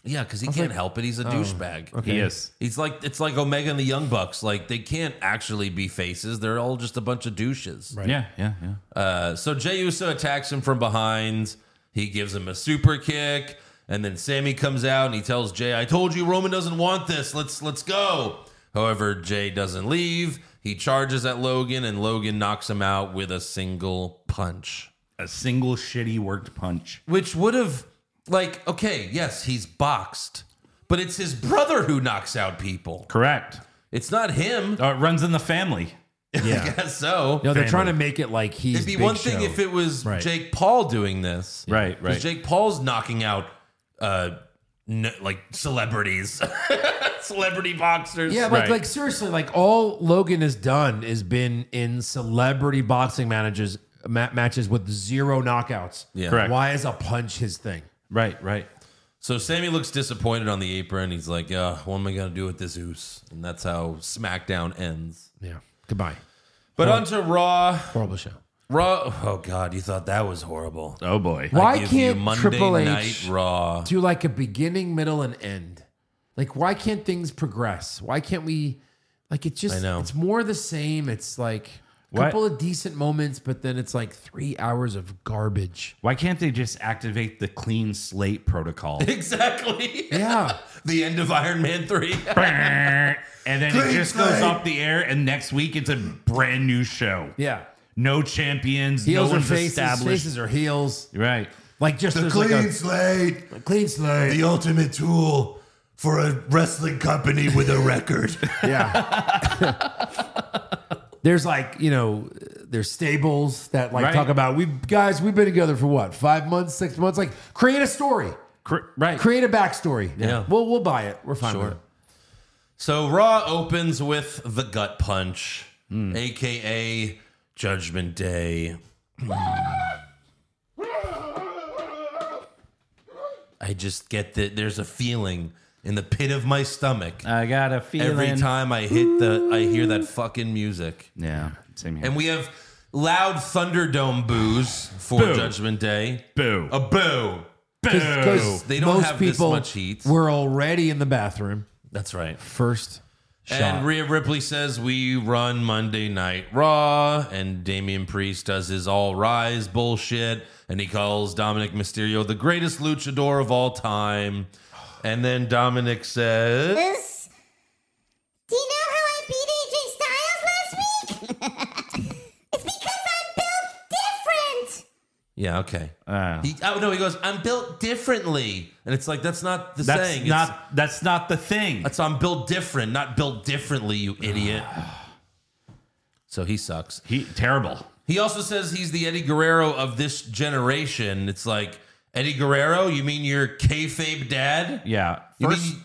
C: yeah, because he can't help it. He's a douchebag.
D: oh, okay.
F: Yes.
C: He's like it's like Omega and the Young Bucks. Like they can't actually be faces. They're all just a bunch of douches. Right.
F: Yeah, yeah, yeah.
C: So Jey Uso attacks him from behind. He gives him a super kick, and then Sammy comes out and he tells Jey, "I told you Roman doesn't want this. Let's let's go." However, Jey doesn't leave. He charges at Logan, and Logan knocks him out with a single punch,
F: a single shitty worked punch.
C: which would have like okay, yes, he's boxed, but it's his brother who knocks out people.
F: Correct.
C: It's not him.
F: Uh, it runs in the family.
C: I guess so.
D: No, they're trying to make it like he's.
C: It'd be
D: Big
C: one thing
D: Show.
C: if it was
D: Right.
C: Jake Paul doing this.
F: Right,
C: 'Cause Jake Paul's knocking out uh, no, like celebrities, celebrity boxers.
D: Yeah, like like seriously, like all Logan has done is been in celebrity boxing managers ma- matches with zero knockouts.
C: Yeah. Correct.
D: Why is a punch his thing?
C: Right, right. So Sammy looks disappointed on the apron. He's like, uh, what am I going to do with this ooze? And that's how SmackDown ends.
D: Yeah. Goodbye.
C: But onto Raw.
D: Horrible show.
C: Raw. Oh, God. You thought that was horrible.
F: Oh boy.
C: I
D: Why
C: give you
D: can't
C: Monday
D: Triple H
C: Night Raw.
D: do like a beginning, middle, and end? Like, why can't things progress? Why can't we? Like, it's just
C: I know.
D: it's more the same. It's like a
F: Why-
D: couple of decent moments, but then it's like three hours of garbage.
F: Why can't they just activate the clean slate protocol?
C: Exactly.
D: Yeah.
C: the end of Iron Man 3.
F: and then it just goes off the air, and next week it's a brand new show.
D: Yeah.
F: No champions,
D: Heels
F: no
D: or
F: one's
D: faces,
F: established.
D: faces or heels.
F: Right.
D: Like just
G: The
D: there's
G: clean
D: like
G: slate,
D: a clean slate.
G: the ultimate tool for a wrestling company with a record.
D: Yeah. there's like, you know, there's stables that like
F: Right.
D: talk about we guys, we've been together for what, five months, six months? Like create a story.
F: Cor- right.
D: Create a backstory.
C: Yeah.
D: We'll we'll buy it. We're fine. With
C: Sure.
D: it.
C: So Raw opens with the gut punch, aka Judgment Day. I just get that there's a feeling in the pit of my stomach
F: I got a feeling.
C: every time I hit the I hear that fucking music.
F: Yeah. Same here.
C: And we have loud Thunderdome boos for
F: Boo.
C: Judgment Day.
F: boo.
C: A boo.
D: Because
C: They don't
D: most
C: have this
D: people
C: much heat.
D: were already in the bathroom.
C: That's right.
D: First shot.
C: And Rhea Ripley says we run Monday Night Raw, and Damian Priest does his all rise bullshit, and he calls Dominic Mysterio the greatest luchador of all time. And then Dominic says,
H: This? Do you know how I beat AJ Styles last week? it's because I'm built different.
C: "Yeah, okay."
F: Ah.
C: He, oh no, he goes, "I'm built differently," and it's like that's not the
F: that's
C: saying.
F: not.
C: It's-
F: that's not the thing.
C: that's I'm built different, not built differently, you idiot. so he sucks.
F: He terrible.
C: He also says he's the Eddie Guerrero of this generation. It's like Eddie Guerrero. You mean your kayfabe dad?
F: Yeah.
C: You mean-
F: First,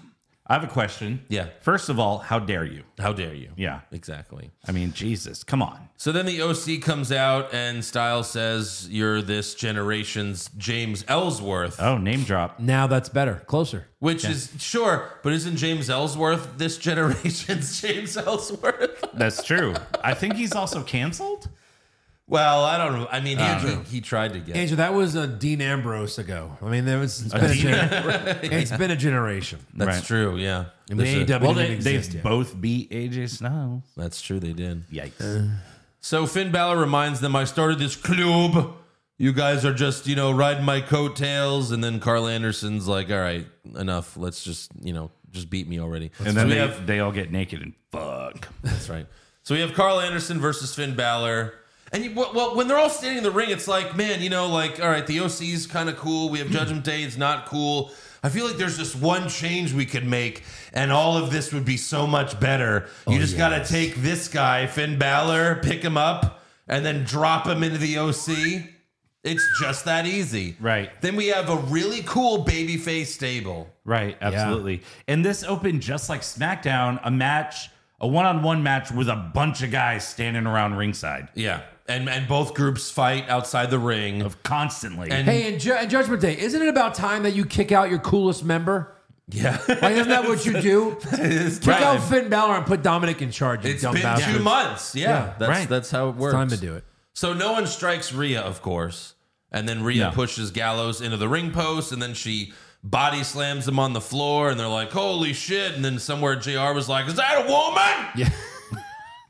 F: I have a question.
C: Yeah.
F: First of all, how dare you?
C: How dare you?
F: Yeah.
C: exactly.
F: I mean, Jesus, come on.
C: So then the OC comes out and Styles says, "You're this generation's James Ellsworth,"
F: Oh, name drop.
D: now that's better. Closer.
C: which is sure, but isn't James Ellsworth this generation's James Ellsworth?
F: That's true. I think he's also canceled.
C: well, I don't know. I mean, he, he, tried to get.
D: Angel, that was a Dean Ambrose ago. I mean, there was it's been, a, gener- it's been a generation.
C: That's
F: Right.
C: true. Yeah.
D: And E
C: There's a-
D: AEW
F: Well,
D: didn't
F: they, they
D: exist yet.
F: both beat AJ Styles.
C: that's true. They did.
F: Yikes.
C: Uh, So Finn Balor reminds them, I started this club. You guys are just, you know, riding my coattails. And then Carl Anderson's like, all right, enough. Let's just, you know, just beat me already.
F: and
C: so
F: then
C: we
F: they,
C: have,
F: they all get naked and fuck.
C: that's right. So we have Carl Anderson versus Finn Balor. And you, well- well, when they're all standing in the ring, it's like, man, you know, like, all right, the OC's kind of cool. We have
F: Hmm.
C: Judgment Day. It's not cool. I feel like there's just one change we could make, and all of this would be so much better.
F: Oh,
C: You just got to take this guy, Finn Balor, pick him up, and then drop him into the OC. It's just that easy.
F: Right.
C: Then we have a really cool babyface stable.
F: Right, absolutely. And this opened just like SmackDown, a match, a one-on-one match with a bunch of guys standing around ringside
C: Yeah. And, and both groups fight outside the ring.
F: of constantly.
C: And-
D: Hey, and, Ju- and Judgment Day, isn't it about time that you kick out your coolest member?
C: Yeah.
D: Like, isn't that what you do? kick
C: right.
D: out Finn Balor and put Dominic in charge. You
C: It's
D: dumb
C: been
D: bastard.
C: two months. Yeah,
D: Yeah,
C: that's
F: right.
C: that's how it works.
D: Time to do it.
C: So no one strikes Rhea, of course, and then Rhea
F: No.
C: pushes Gallows into the ring post, and then she body slams him on the floor, and they're like, "Holy shit!" And then somewhere Jr. was like, "Is that a woman?"
D: Yeah.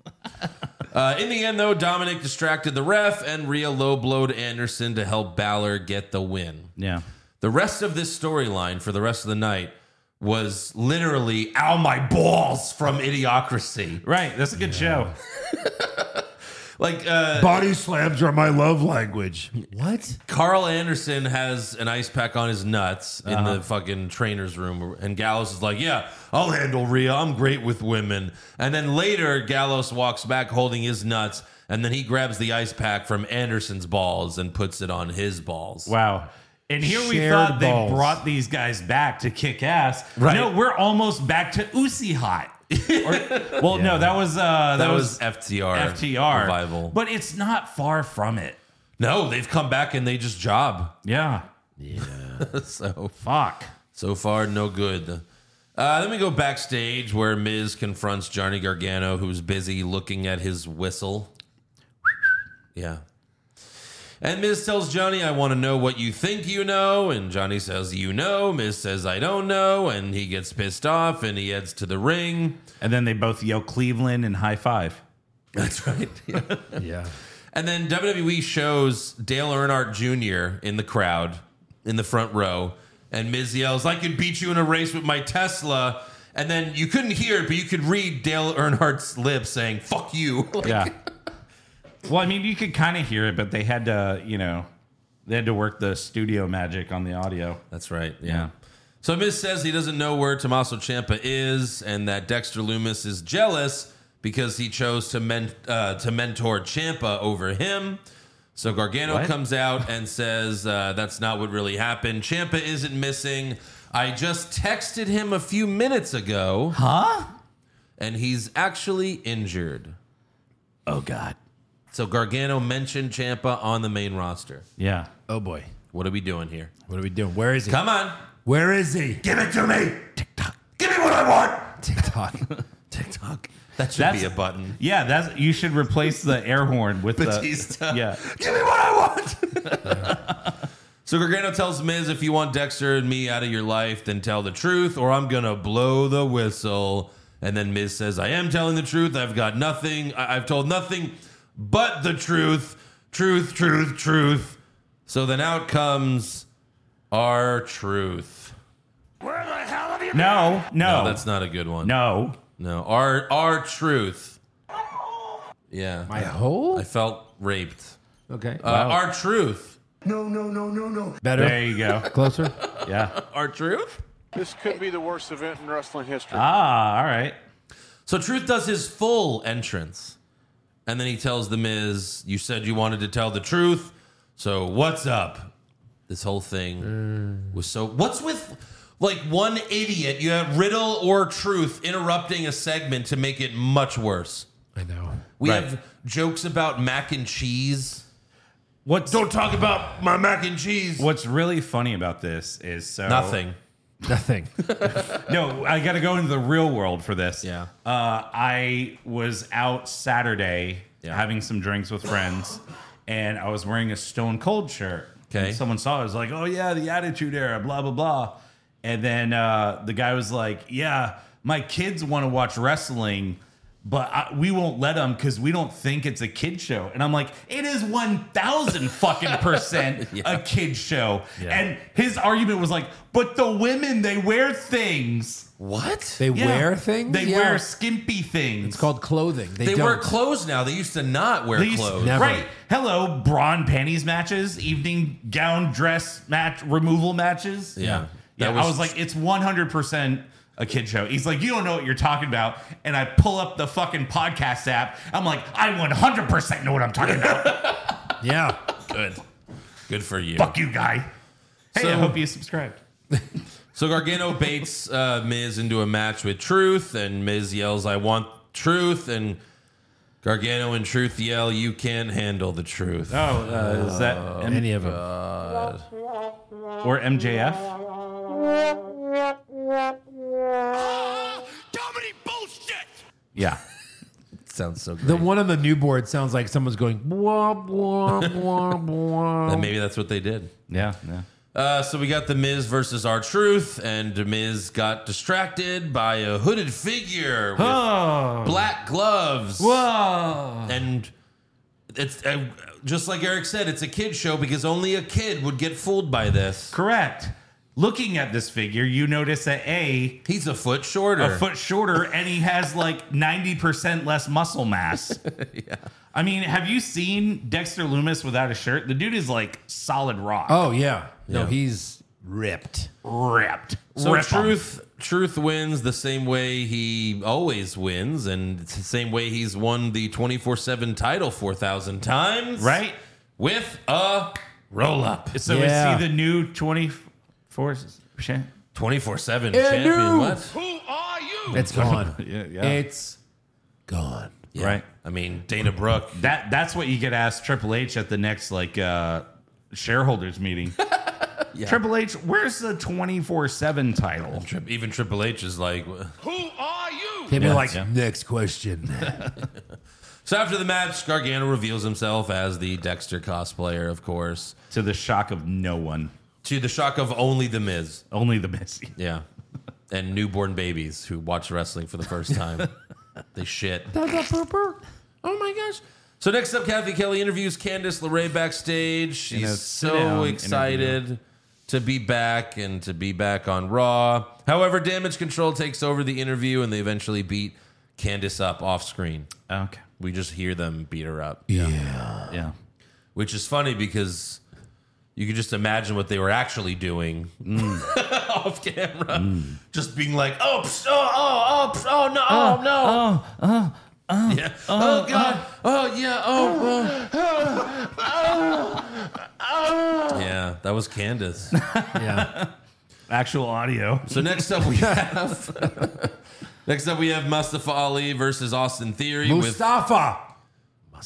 C: Uh, in the end, though, Dominic distracted the ref, and Rhea low blowed Anderson to help Balor get the win.
F: yeah.
C: The rest of this storyline for the rest of the night was literally "Ow my balls" from Idiocracy.
F: Right, that's a good show.
C: Like uh,
G: Body slams are my love language.
D: What?
C: Carl Anderson has an ice pack on his nuts in
F: Uh-huh.
C: the fucking trainer's room, and Gallows is like, "Yeah, I'll handle Rhea. I'm great with women." And then later, Gallows walks back holding his nuts, and then he grabs the ice pack from Anderson's balls and puts it on his balls.
F: Wow. And here we
D: Shared
F: thought
D: balls.
F: they brought these guys back to kick ass.
C: Right.
F: No, we're almost back to Usi Hot. Or- well, no, that was uh, that,
C: That was
F: was,
C: FTR.
F: FTR
C: revival.
F: But it's not far from it.
C: no, they've come back and they just job.
F: Yeah.
C: so
F: Fuck.
C: so far, no good. Uh, then we go backstage where Miz confronts Johnny Gargano, who's busy looking at his whistle. Yeah. And Miz tells Johnny, I want to know what you think you know. And Johnny says, You know. Miz says, I don't know. And he gets pissed off and he heads to the ring.
F: And then they both yell Cleveland and high five.
C: That's right. Yeah.
D: Yeah.
C: And then WWE shows Dale Earnhardt Jr. in the crowd, in the front row, and Miz yells, "I could beat you in a race with my Tesla." And then you couldn't hear it, but you could read Dale Earnhardt's lips saying "fuck you." Like,
F: Yeah. well, I mean, you could kind of hear it, but they had to, you know, they had to work the studio magic on the audio.
C: that's right. Yeah. So Miz says he doesn't know where Tommaso Ciampa is, and that Dexter Loomis is jealous because he chose to men- uh, to mentor Ciampa over him. So Gargano
F: What?
C: comes out and says uh, that's not what really happened. Champa isn't missing. I just texted him a few minutes ago. Huh? And he's actually injured.
F: Oh God.
C: So Gargano mentioned Champa on the main roster.
F: Yeah.
D: Oh boy.
C: What are we doing here?
D: What are we doing? Where is he?
C: Come on.
D: Where is he?
G: Give it to me. Give me what I want.
D: TikTok.
C: TikTok. That should
F: That's-
C: be a button.
F: Yeah, that's you should replace the air horn with
C: Batista.
F: the yeah.
G: Give me what I want.
C: So Gargano tells Miz, if you want Dexter and me out of your life, then tell the truth, or I'm gonna blow the whistle. And then Miz says, I am telling the truth. I've got nothing. I- I've told nothing but the truth. Truth, truth, truth. So then out comes our truth.
G: Where the hell have you
F: No, no,
C: No, that's not a good one.
F: no.
C: No, our our truth. Yeah.
D: My hole?
C: I felt raped.
D: Okay.
C: Uh, Our truth.
G: No, no, no, no, no.
D: Better.
F: There you go.
D: Closer.
F: Yeah.
C: Our truth?
O: This could be the worst event in wrestling history.
F: Ah, all right.
C: So Truth does his full entrance. And then he tells The Miz, You said you wanted to tell the truth. So what's up? This whole thing was so. What's with like one idiot? You have Riddle or Truth interrupting a segment to make it much worse.
D: I know.
C: We
F: Right.
C: have jokes about mac and cheese.
F: What's
C: Don't talk about my mac and cheese.
F: what's really funny about this is so
C: Nothing.
D: Nothing.
F: No, I got to go into the real world for this.
C: Yeah.
F: Uh, I was out Saturday
C: Yeah.
F: having some drinks with friends, and I was wearing a Stone Cold shirt.
C: Okay.
F: And someone saw it. I was like, oh, yeah, the Attitude Era, blah, blah, blah. And then uh, the guy was like, yeah, my kids want to watch wrestling. But I, we won't let them because we don't think it's a kid show. And I'm like, it is 1000 fucking percent a kid show. And his argument was like, but the women, they wear things.
C: What?
D: They
F: Yeah.
D: wear things?
F: They
D: Yeah.
F: wear skimpy things.
D: It's called clothing. They,
C: They
D: don't.
C: wear clothes now. They used to not wear
F: These-
C: clothes.
D: Never.
F: Right. Hello, brawn panties matches, evening gown dress match, removal matches.
C: Yeah.
F: Yeah.
C: That
F: I
C: was-
F: was like, it's 100% a kid show. He's like, you don't know what you're talking about. And I pull up the fucking podcast app. I'm like, I 100% know what I'm talking about.
D: yeah.
C: Good. Good for you.
F: Fuck you, guy. Hey, I
C: So-
F: hope you subscribed.
C: So Gargano baits uh, Miz into a match with Truth, and Miz yells, "I want Truth!" and Gargano and Truth yell, "You can't handle the truth."
F: Oh, uh, is that M-
D: Any of them.
F: or MJF?
G: Dominic bullshit.
F: Yeah.
C: sounds so good.
D: the one on the new board sounds like someone's going womp womp womp
C: And
D: womp.
C: maybe that's what they did.
F: Yeah. Yeah.
C: Uh, so we got the Miz versus our Truth, and Miz got distracted by a hooded figure with black gloves.
F: Whoa.
C: and it's uh, just like Eric said, it's a kid show because only a kid would get fooled by this.
F: Correct. Looking at this figure, you notice that A,
C: He's a foot shorter.
F: a foot shorter and he has like 90% less muscle mass. I mean, have you seen Dexter Loomis without a shirt? The dude is like solid rock.
D: Oh yeah. No,
C: Yeah.
D: he's ripped.
F: ripped.
C: Oh. So
F: Rip 'em.
C: truth, truth wins the same way he always wins, and it's the same way he's won the twenty four seven title four thousand times,
F: Right?
C: With a Roll up.
F: So
C: Yeah.
F: is he the new 24 percent?
C: 24 7
F: Yeah,
C: champion.
F: dude.
C: What?
F: Who
C: are you?
F: It's gone. Yeah, yeah.
D: It's gone.
F: Right.
C: I mean, Dana Brooke.
F: That that's what you could ask Triple H at the next like uh shareholders meeting. Triple H, where's the 24 7 title?
C: Even Triple H is like, who
I: are you?
D: They'd be
C: Yeah,
D: like,
C: yeah.
D: next question.
C: So after the match, Gargano reveals himself as the Dexter cosplayer, of course.
F: To the shock of no one.
C: To the shock of only the Miz.
F: Only the Miz.
C: Yeah. And newborn babies who watch wrestling for the first time. they shit.
I: Oh
C: my gosh. So next up, Kathy Kelly interviews Candice LeRae backstage. She's
F: In a sit-down
C: so excited to be back and to be back on Raw. However, Damage Control takes over the interview and they eventually beat Candice up off screen.
F: Okay.
C: We just hear them beat her up.
F: Yeah. Yeah.
C: Which is funny because you could just imagine what they were actually doing
D: Mm.
C: off camera. Just being like, oh, psh, oh, oh, oh, psh, oh, no, oh, no.
I: Oh, oh, oh.
C: Yeah. Oh, God. Oh, yeah. Oh,
I: oh. oh, oh.
C: Yeah, that was Candace.
D: yeah.
F: Actual audio.
C: So next up we have next up we have Mustafa Ali versus Austin Theory
D: Mustafa.
C: with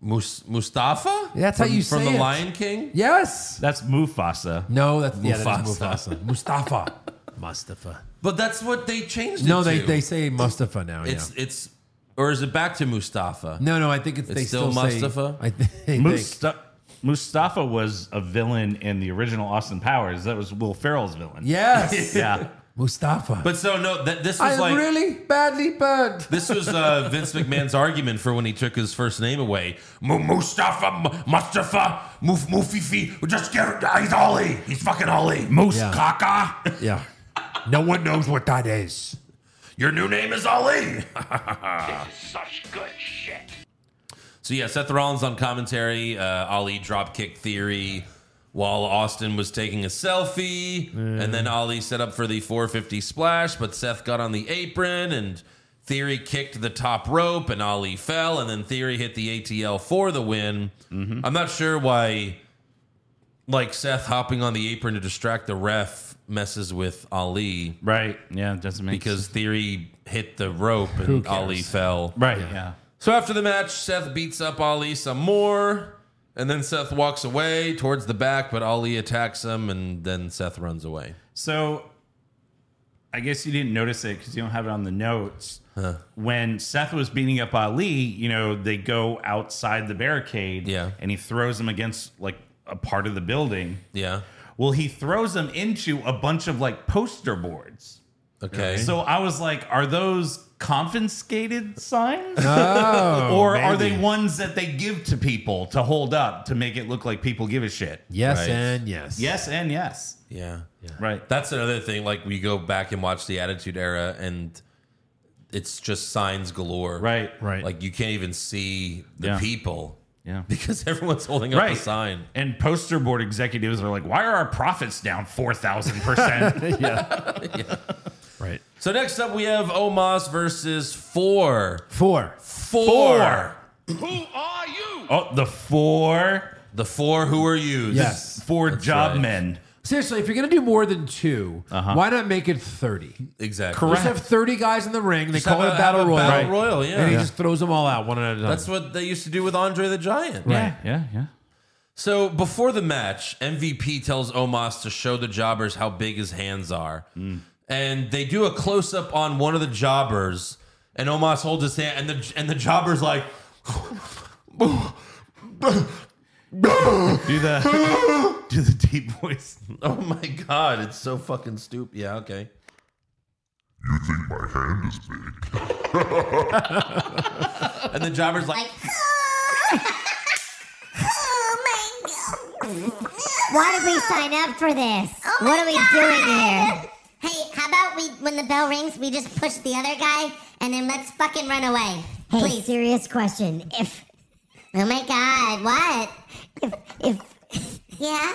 C: Mus- Mustafa.
D: That's how
C: From-
D: you
C: from
D: say
C: the
D: it.
C: Lion King.
D: Yes.
F: That's Mufasa.
D: No, that's yeah, that is
C: Mufasa.
D: Mufasa. Mustafa. Mustafa.
C: But that's what they changed.
D: No,
C: it
D: they,
C: to.
D: they say Mustafa now.
C: It's
D: yeah.
C: it's or is it back to Mustafa?
D: No, no, I think it's, they
C: still,
D: still, say-
C: Mustafa.
D: I think.
F: Musta- Mustafa was a villain in the original Austin Powers. That was Will Ferrell's villain.
D: Yes.
F: yeah.
D: Mustafa.
C: But so no, that this was like
D: really badly burned.
C: this was uh, Vince McMahon's argument for when he took his first name away. Mu- Mustafa, M- Mustafa, Muf Mufifi. Just get he's Ali. He's fucking Ali.
G: Moose
D: Yeah.
C: caca.
D: Yeah. No one knows what that is.
C: Your new name is Ali.
I: Such good shit.
C: So yeah, Seth Rollins on commentary. Uh, Ali dropkick theory. While Austin was taking a selfie, and then Ali set up for the 450 splash, but Seth got on the apron and Theory kicked the top rope, and Ali fell, and then Theory hit the ATL for the win.
F: Mm-hmm.
C: I'm not sure why, like Seth hopping on the apron to distract the ref messes with Ali,
F: Right. Yeah. It doesn't make
C: because Theory hit the rope
F: Who
C: and
F: cares?
C: Ali fell.
F: Right. yeah.
C: So after the match, Seth beats up Ali some more, and then Seth walks away towards the back, but Ali attacks him, and then Seth runs away.
F: So I guess you didn't notice it because you don't have it on the notes. When Seth was beating up Ali, you know, they go outside the barricade
C: Yeah.
F: and he throws him against like a part of the building.
C: Yeah.
F: Well, he throws him into a bunch of like poster boards.
C: Okay.
F: So I was like, are those confiscated signs?
D: Oh,
F: or are they
D: maybe.
F: ones that they give to people to hold up to make it look like people give a shit?
D: Yes
C: Right.
D: and yes.
F: Yes and yes.
C: Yeah.
F: Right.
C: That's another thing. Like we go back and watch the Attitude Era, and it's just signs galore.
F: Right.
D: Right.
C: Like you can't even see the
F: Yeah.
C: people
F: Yeah.
C: because everyone's holding up a sign.
F: And poster board executives are like, why are our profits down 4,000%?
D: Right.
C: So next up, we have Omos versus Four.
D: Four.
C: Four.
F: Four.
I: Who are you?
F: oh, the four,
C: The four who are used.
D: Yes.
F: four job
C: right.
F: men.
D: Seriously, if you're going to do more than 2
F: Uh-huh.
D: why not make it 30?
C: Exactly.
D: Just have 30 guys in the ring. They
C: Just
D: call
C: have
D: it a
C: a-
D: battle
C: have a
D: royal.
C: battle Right. royal, yeah.
D: And he
C: Yeah.
D: just throws them all out one at a time.
C: That's what they used to do with Andre the Giant.
F: Yeah, yeah, yeah.
C: So before the match, MVP tells Omos to show the jobbers how big his hands are.
F: Mm.
C: And they do a close up on one of the jobbers, and Omos holds his hand, and the and the jobber's like,
F: Do the do the deep voice.
C: "Oh my god, it's so fucking stupid." Yeah, okay.
M: You think my hand is big?
C: And the jobber's like,
H: Why did we sign up for this? what are we doing here? Oh Hey, how about we, when the bell rings, we just push the other guy and then let's fucking run away. Hey, Please. serious question. If. Oh my god, what? If. if yeah?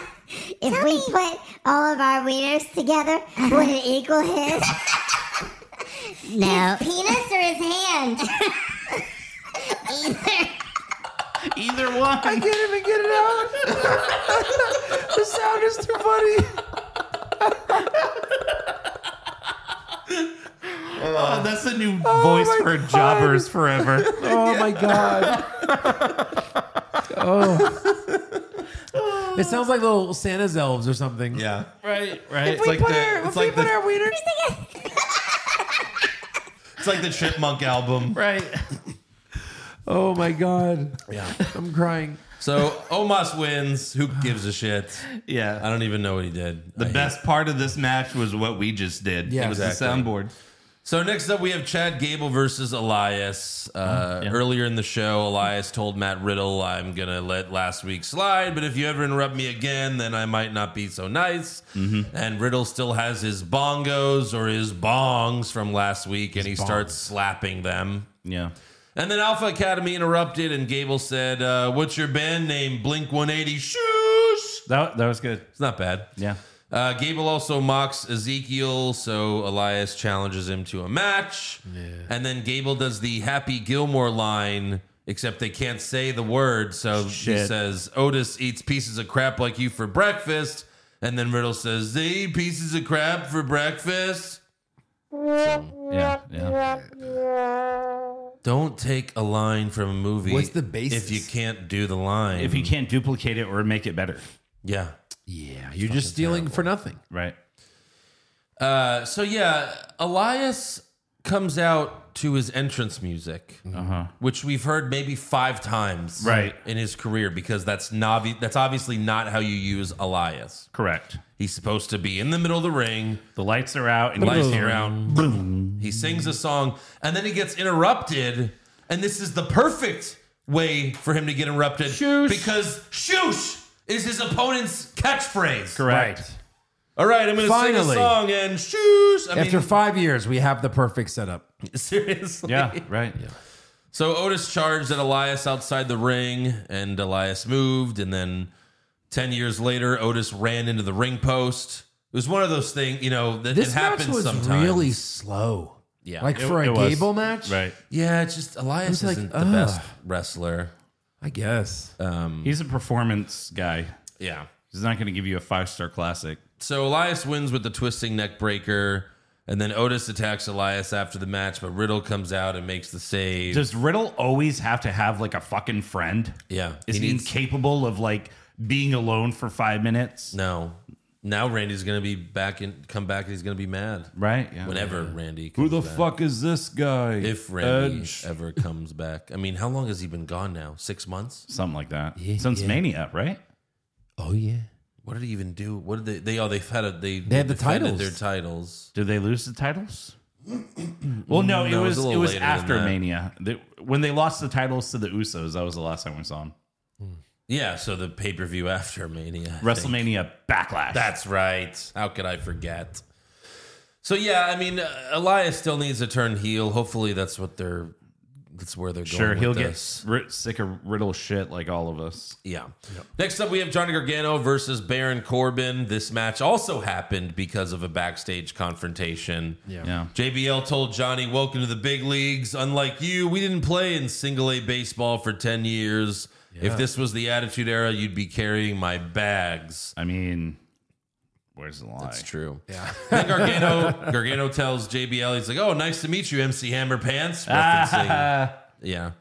H: If we put all of our wieners together, would it equal his? no. penis or his hand? Either.
F: Either one.
P: line. I can't even get it out. the sound is too funny.
F: Oh, that's a new
P: Oh
F: voice
P: my
F: for
P: God.
F: jobbers forever.
P: Oh my god.
D: Oh. It sounds like little Santa's elves or something.
C: Yeah.
F: Right,
C: right. It's like the- it's like the-
P: wiener.
C: It's like the Chipmunk album.
F: Right.
D: Oh my god. Yeah. I'm crying.
C: So Omos wins. Who gives a shit?
F: Yeah.
C: I don't even know what he did.
F: The
C: I
F: best part of this match was what we just did.
C: Yeah.
F: it was
C: Exactly.
F: the soundboard.
C: So next up, we have Chad Gable versus Elias. Uh, Earlier in the show, Elias told Matt Riddle, "I'm gonna let last week slide, but if you ever interrupt me again, then I might not be so nice." And Riddle still has his bongos or his bongs from last week, and he starts slapping them.
F: Yeah.
C: And then Alpha Academy interrupted, and Gable said, uh, "What's your band name? Blink 180 Shoes."
F: That that was good.
C: It's not bad.
F: Yeah.
C: Uh, Gable also mocks Ezekiel, so Elias challenges him to a match. And then Gable does the Happy Gilmore line, except they can't say the word. So he
F: Shit.
C: says, Otis eats pieces of crap like you for breakfast. And then Riddle says, They eat pieces of crap for breakfast.
F: Yeah, yeah.
C: Don't take a line from a movie.
D: What's the basis?
C: If you can't do the line.
F: If you can't duplicate it or make it better.
C: Yeah.
D: Yeah. You're just stealing for nothing.
F: Right.
C: Uh, so yeah, Elias comes out to his entrance music, which we've heard maybe five times,
F: Uh-huh. Right.
C: in his career, because that's navi- That's obviously not how you use Elias.
F: Correct.
C: He's supposed to be in the middle of the ring.
F: The lights are out and you
C: Lights
F: just
C: are
F: hear
C: out. He sings a song, and then he gets interrupted, and this is the perfect way for him to get interrupted because "shoosh" is his opponent's catchphrase.
F: Correct.
C: All right, I'm going to sing a
D: Finally.
C: song and "shoosh." I mean,
D: After five years, we have the perfect setup.
C: Seriously.
F: Yeah, right. Yeah.
C: So Otis charged at Elias outside the ring, and Elias moved. And then 10 years later, Otis ran into the ring post. It was one of those things, you know, that
D: This
C: it
D: match
C: happens
D: was
C: sometimes.
D: really slow.
C: Yeah.
D: Like
C: It-
D: for a
C: it was.
D: Gable match.
F: Right.
C: yeah, it's just Elias
D: It was like,
C: isn't the
D: ugh.
C: best wrestler.
D: I guess.
C: Um,
F: He's a performance guy.
C: yeah.
F: He's not going to give you a five star classic.
C: So Elias wins with the twisting neck breaker. And then Otis attacks Elias after the match, but Riddle comes out and makes the save.
F: Does Riddle always have to have like a fucking friend?
C: yeah.
F: Is
C: he
F: he,
C: needs-
F: incapable of like being alone for five minutes?
C: No. Now Randy's gonna be back and come back and he's gonna be mad.
F: Right? Yeah.
C: Whenever Randy
F: Who
C: comes
F: the
C: back.
F: fuck is this guy?
C: if Randy
F: Edge?
C: ever comes back. I mean, how long has he been gone now? Six months?
F: Something like that. Since
D: yeah.
F: Mania, right?
D: Oh yeah.
C: What did he even do? What did they they oh they've had a they
D: They had the
C: defended
D: titles.
C: Their titles.
F: Did they lose the titles? well, no, it
C: No, it was
F: was
C: a
F: it
C: little
F: was
C: later than
F: after
C: that.
F: Mania. They- when they lost the titles to the Usos, that was the last time we saw them.
C: Yeah, so the pay per view after Mania. I think.
F: WrestleMania Backlash.
C: That's right. How could I forget? So yeah, I mean, uh, Elias still needs to turn heel. Hopefully, that's what they're. That's where they're
F: sure.
C: going.
F: He'll
C: with
F: get
C: this.
F: ri- sick of Riddle shit like all of us.
C: Yeah. Next up, we have Johnny Gargano versus Baron Corbin. This match also happened because of a backstage confrontation.
D: Yeah.
F: Yeah.
C: JBL told Johnny, Welcome to the big leagues. Unlike you, we didn't play in single A baseball for 10 years. If this was the Attitude Era, you'd be carrying my bags.
F: I mean, where's the line?
C: That's true. Yeah. Then Gargano, Gargano tells JBL, he's like, Oh, nice to meet you, MC Hammer Pants. Referencing yeah.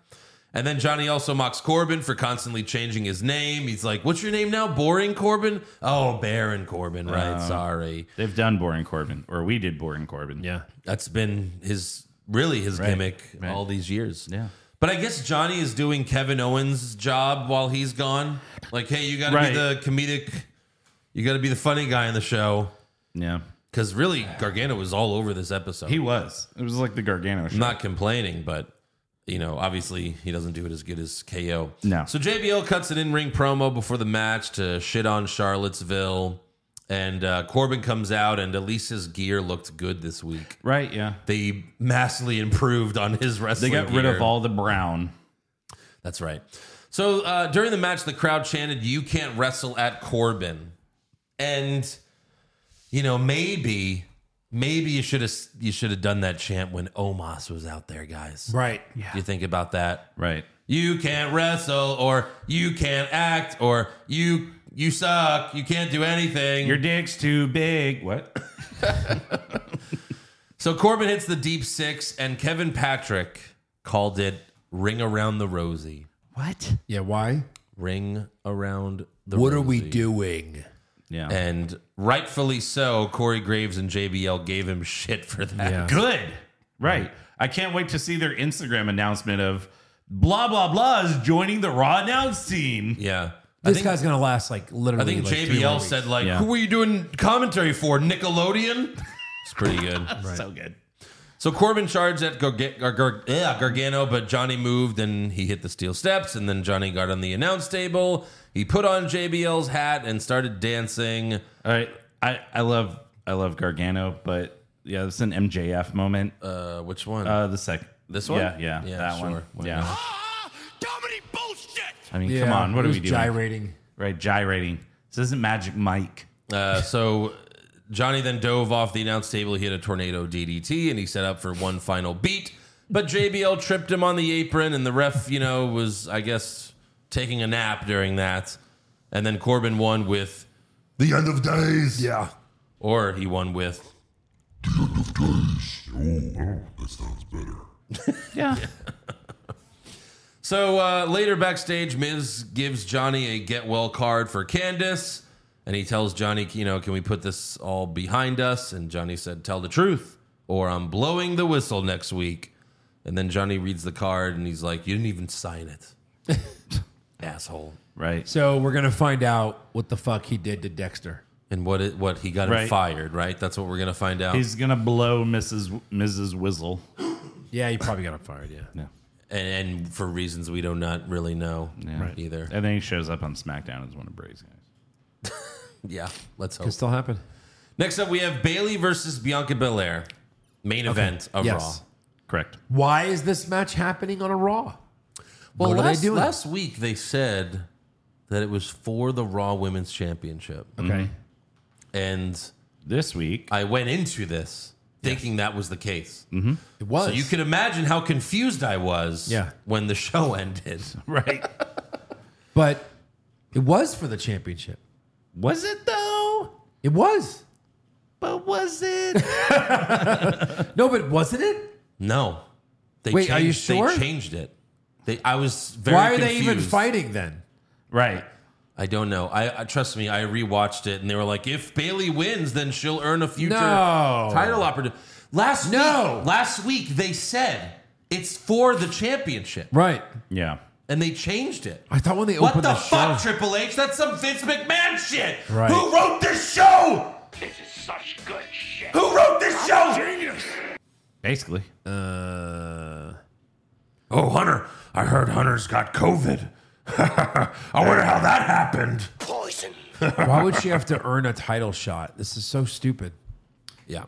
C: And then Johnny also mocks Corbin for constantly changing his name. He's like, "What's your name now? Boring Corbin? Oh, Baron Corbin, right?
F: Oh.
C: Sorry,
F: They've done Boring Corbin, or we did Boring Corbin.
D: Yeah.
C: that's been his really his gimmick
F: right.
C: all these years."
F: Yeah.
C: But I guess Johnny is doing Kevin Owens' job while he's gone. Like, hey, you got to
F: Right.
C: be the comedic, you got to be the funny guy in the show.
F: Yeah.
C: Because really, Gargano was all over this episode.
F: He was. It was like the Gargano show.
C: I'm not complaining, but you know, obviously he doesn't do it as good as KO.
F: No.
C: So JBL cuts an in-ring promo before the match to shit on Charlottesville, and uh, Corbin comes out, and Elisa's gear looked good this week.
F: right. Yeah.
C: They massively improved on his
F: They
C: wrestling.
F: got rid of
C: gear.
F: all the brown.
C: That's right. So uh, during the match, the crowd chanted, "You can't wrestle at Corbin," and you know maybe, maybe you should have you should have done that chant when Omos was out there, guys.
D: Right. Yeah.
C: You think about that.
F: Right.
C: you can't wrestle or you can't act or you you suck, you can't do anything. Your
F: dick's too big. What?
C: so Corbin hits the deep six and Kevin Patrick called it ring around the rosy.
D: What? Yeah, why?
C: Ring around the
D: What are we
C: Rosie.
D: doing? Oh.
F: Yeah.
C: And rightfully so, Corey Graves and JBL gave him shit for that.
F: Good. Right. I can't wait to see their Instagram announcement of blah blah blah is joining the Raw announce team.
C: Yeah.
D: This guy's gonna last like
C: I
D: literally.
C: think
D: like, three more
C: JBL
D: weeks.
C: said like, "Who were you doing commentary for? Nickelodeon." It's pretty good.
F: So good.
C: So Corbin charged at Garga- Gar- Gar- yeah, Gargano, but Johnny moved and he hit the steel steps. And then Johnny got on the announce table. He put on JBL's hat and started dancing. All
F: right, I I love I love Gargano, but yeah, this is an MJF moment.
C: Uh, which one?
F: Uh, the second.
C: This one?
F: Yeah, yeah,
C: Yeah,
F: that
C: sure.
F: one.
C: Why
F: yeah.
C: not?
P: Ah,
F: I mean,
D: Yeah,
F: come on, what are
D: it was
F: we doing?
D: gyrating.
F: Right, gyrating. This isn't Magic Mike.
C: Uh, so Johnny then dove off the announce table. He hit a tornado DDT and he set up for one final beat. But JBL tripped him on the apron, and the ref, you know, was, I guess, taking a nap during that. And then Corbin won with
G: The end of days.
D: Yeah.
C: Or he won with.
M: oh,
F: Yeah.
C: So uh, later backstage, Miz gives Johnny a get well card for Candace. And he tells Johnny, you know, can we put this all behind us? And Johnny said, tell the truth, or I'm blowing the whistle next week. And then Johnny reads the card and he's like, you didn't even sign it. Asshole.
F: Right.
D: So we're gonna find out what the fuck he did to Dexter.
C: And what it, what he got him
F: Right.
C: fired, right? That's what we're gonna find out.
F: He's gonna blow Mrs. Mrs. Whizzle.
D: Yeah, he probably got him fired. Yeah.
F: Yeah.
C: and, and for reasons we do not really know
F: Right.
C: either.
F: And then he shows up on SmackDown as one of Bray's guys.
C: Yeah, let's hope.
D: Could still happen.
C: Next up, we have Bailey versus Bianca Belair, main event of
D: Yes.
C: Raw.
F: Correct.
D: Why is this match happening on a Raw?
C: Well,
D: What are they
C: last,
D: doing?
C: last week they said that it was for the Raw Women's Championship.
D: Okay.
C: And
F: this week,
C: I went into this thinking that was the case.
F: Mm-hmm.
D: It was.
C: So you can imagine how confused I was
D: Yeah.
C: when the show ended.
F: Right.
D: But it was for the championship.
F: Was it though?
D: It was.
F: But was it?
D: No, but wasn't it?
C: No. They
D: Wait,
C: changed,
D: are you sure?
C: They changed it. They, I was very
D: Why are they even
C: confused.
D: fighting then?
F: Right.
C: I don't know. I, I trust me. I rewatched it, and they were like, "If Bailey wins, then she'll earn a future
D: No.
C: title opportunity." Last no. week, last week they said it's for the championship,
D: Right.
F: Yeah.
C: and they changed it.
D: I thought when they
C: What
D: opened
C: the,
D: the,
C: fuck,
D: show.
C: Triple H? That's some Vince McMahon shit.
D: Right.
C: Who wrote this show?
I: This is such good shit.
C: Who wrote this show?
I: Genius.
F: Basically.
D: Uh,
G: Oh, Hunter, I heard Hunter's got COVID. I wonder how that happened.
I: Poison.
D: Why would she have to earn a title shot? This is so stupid.
C: Yeah.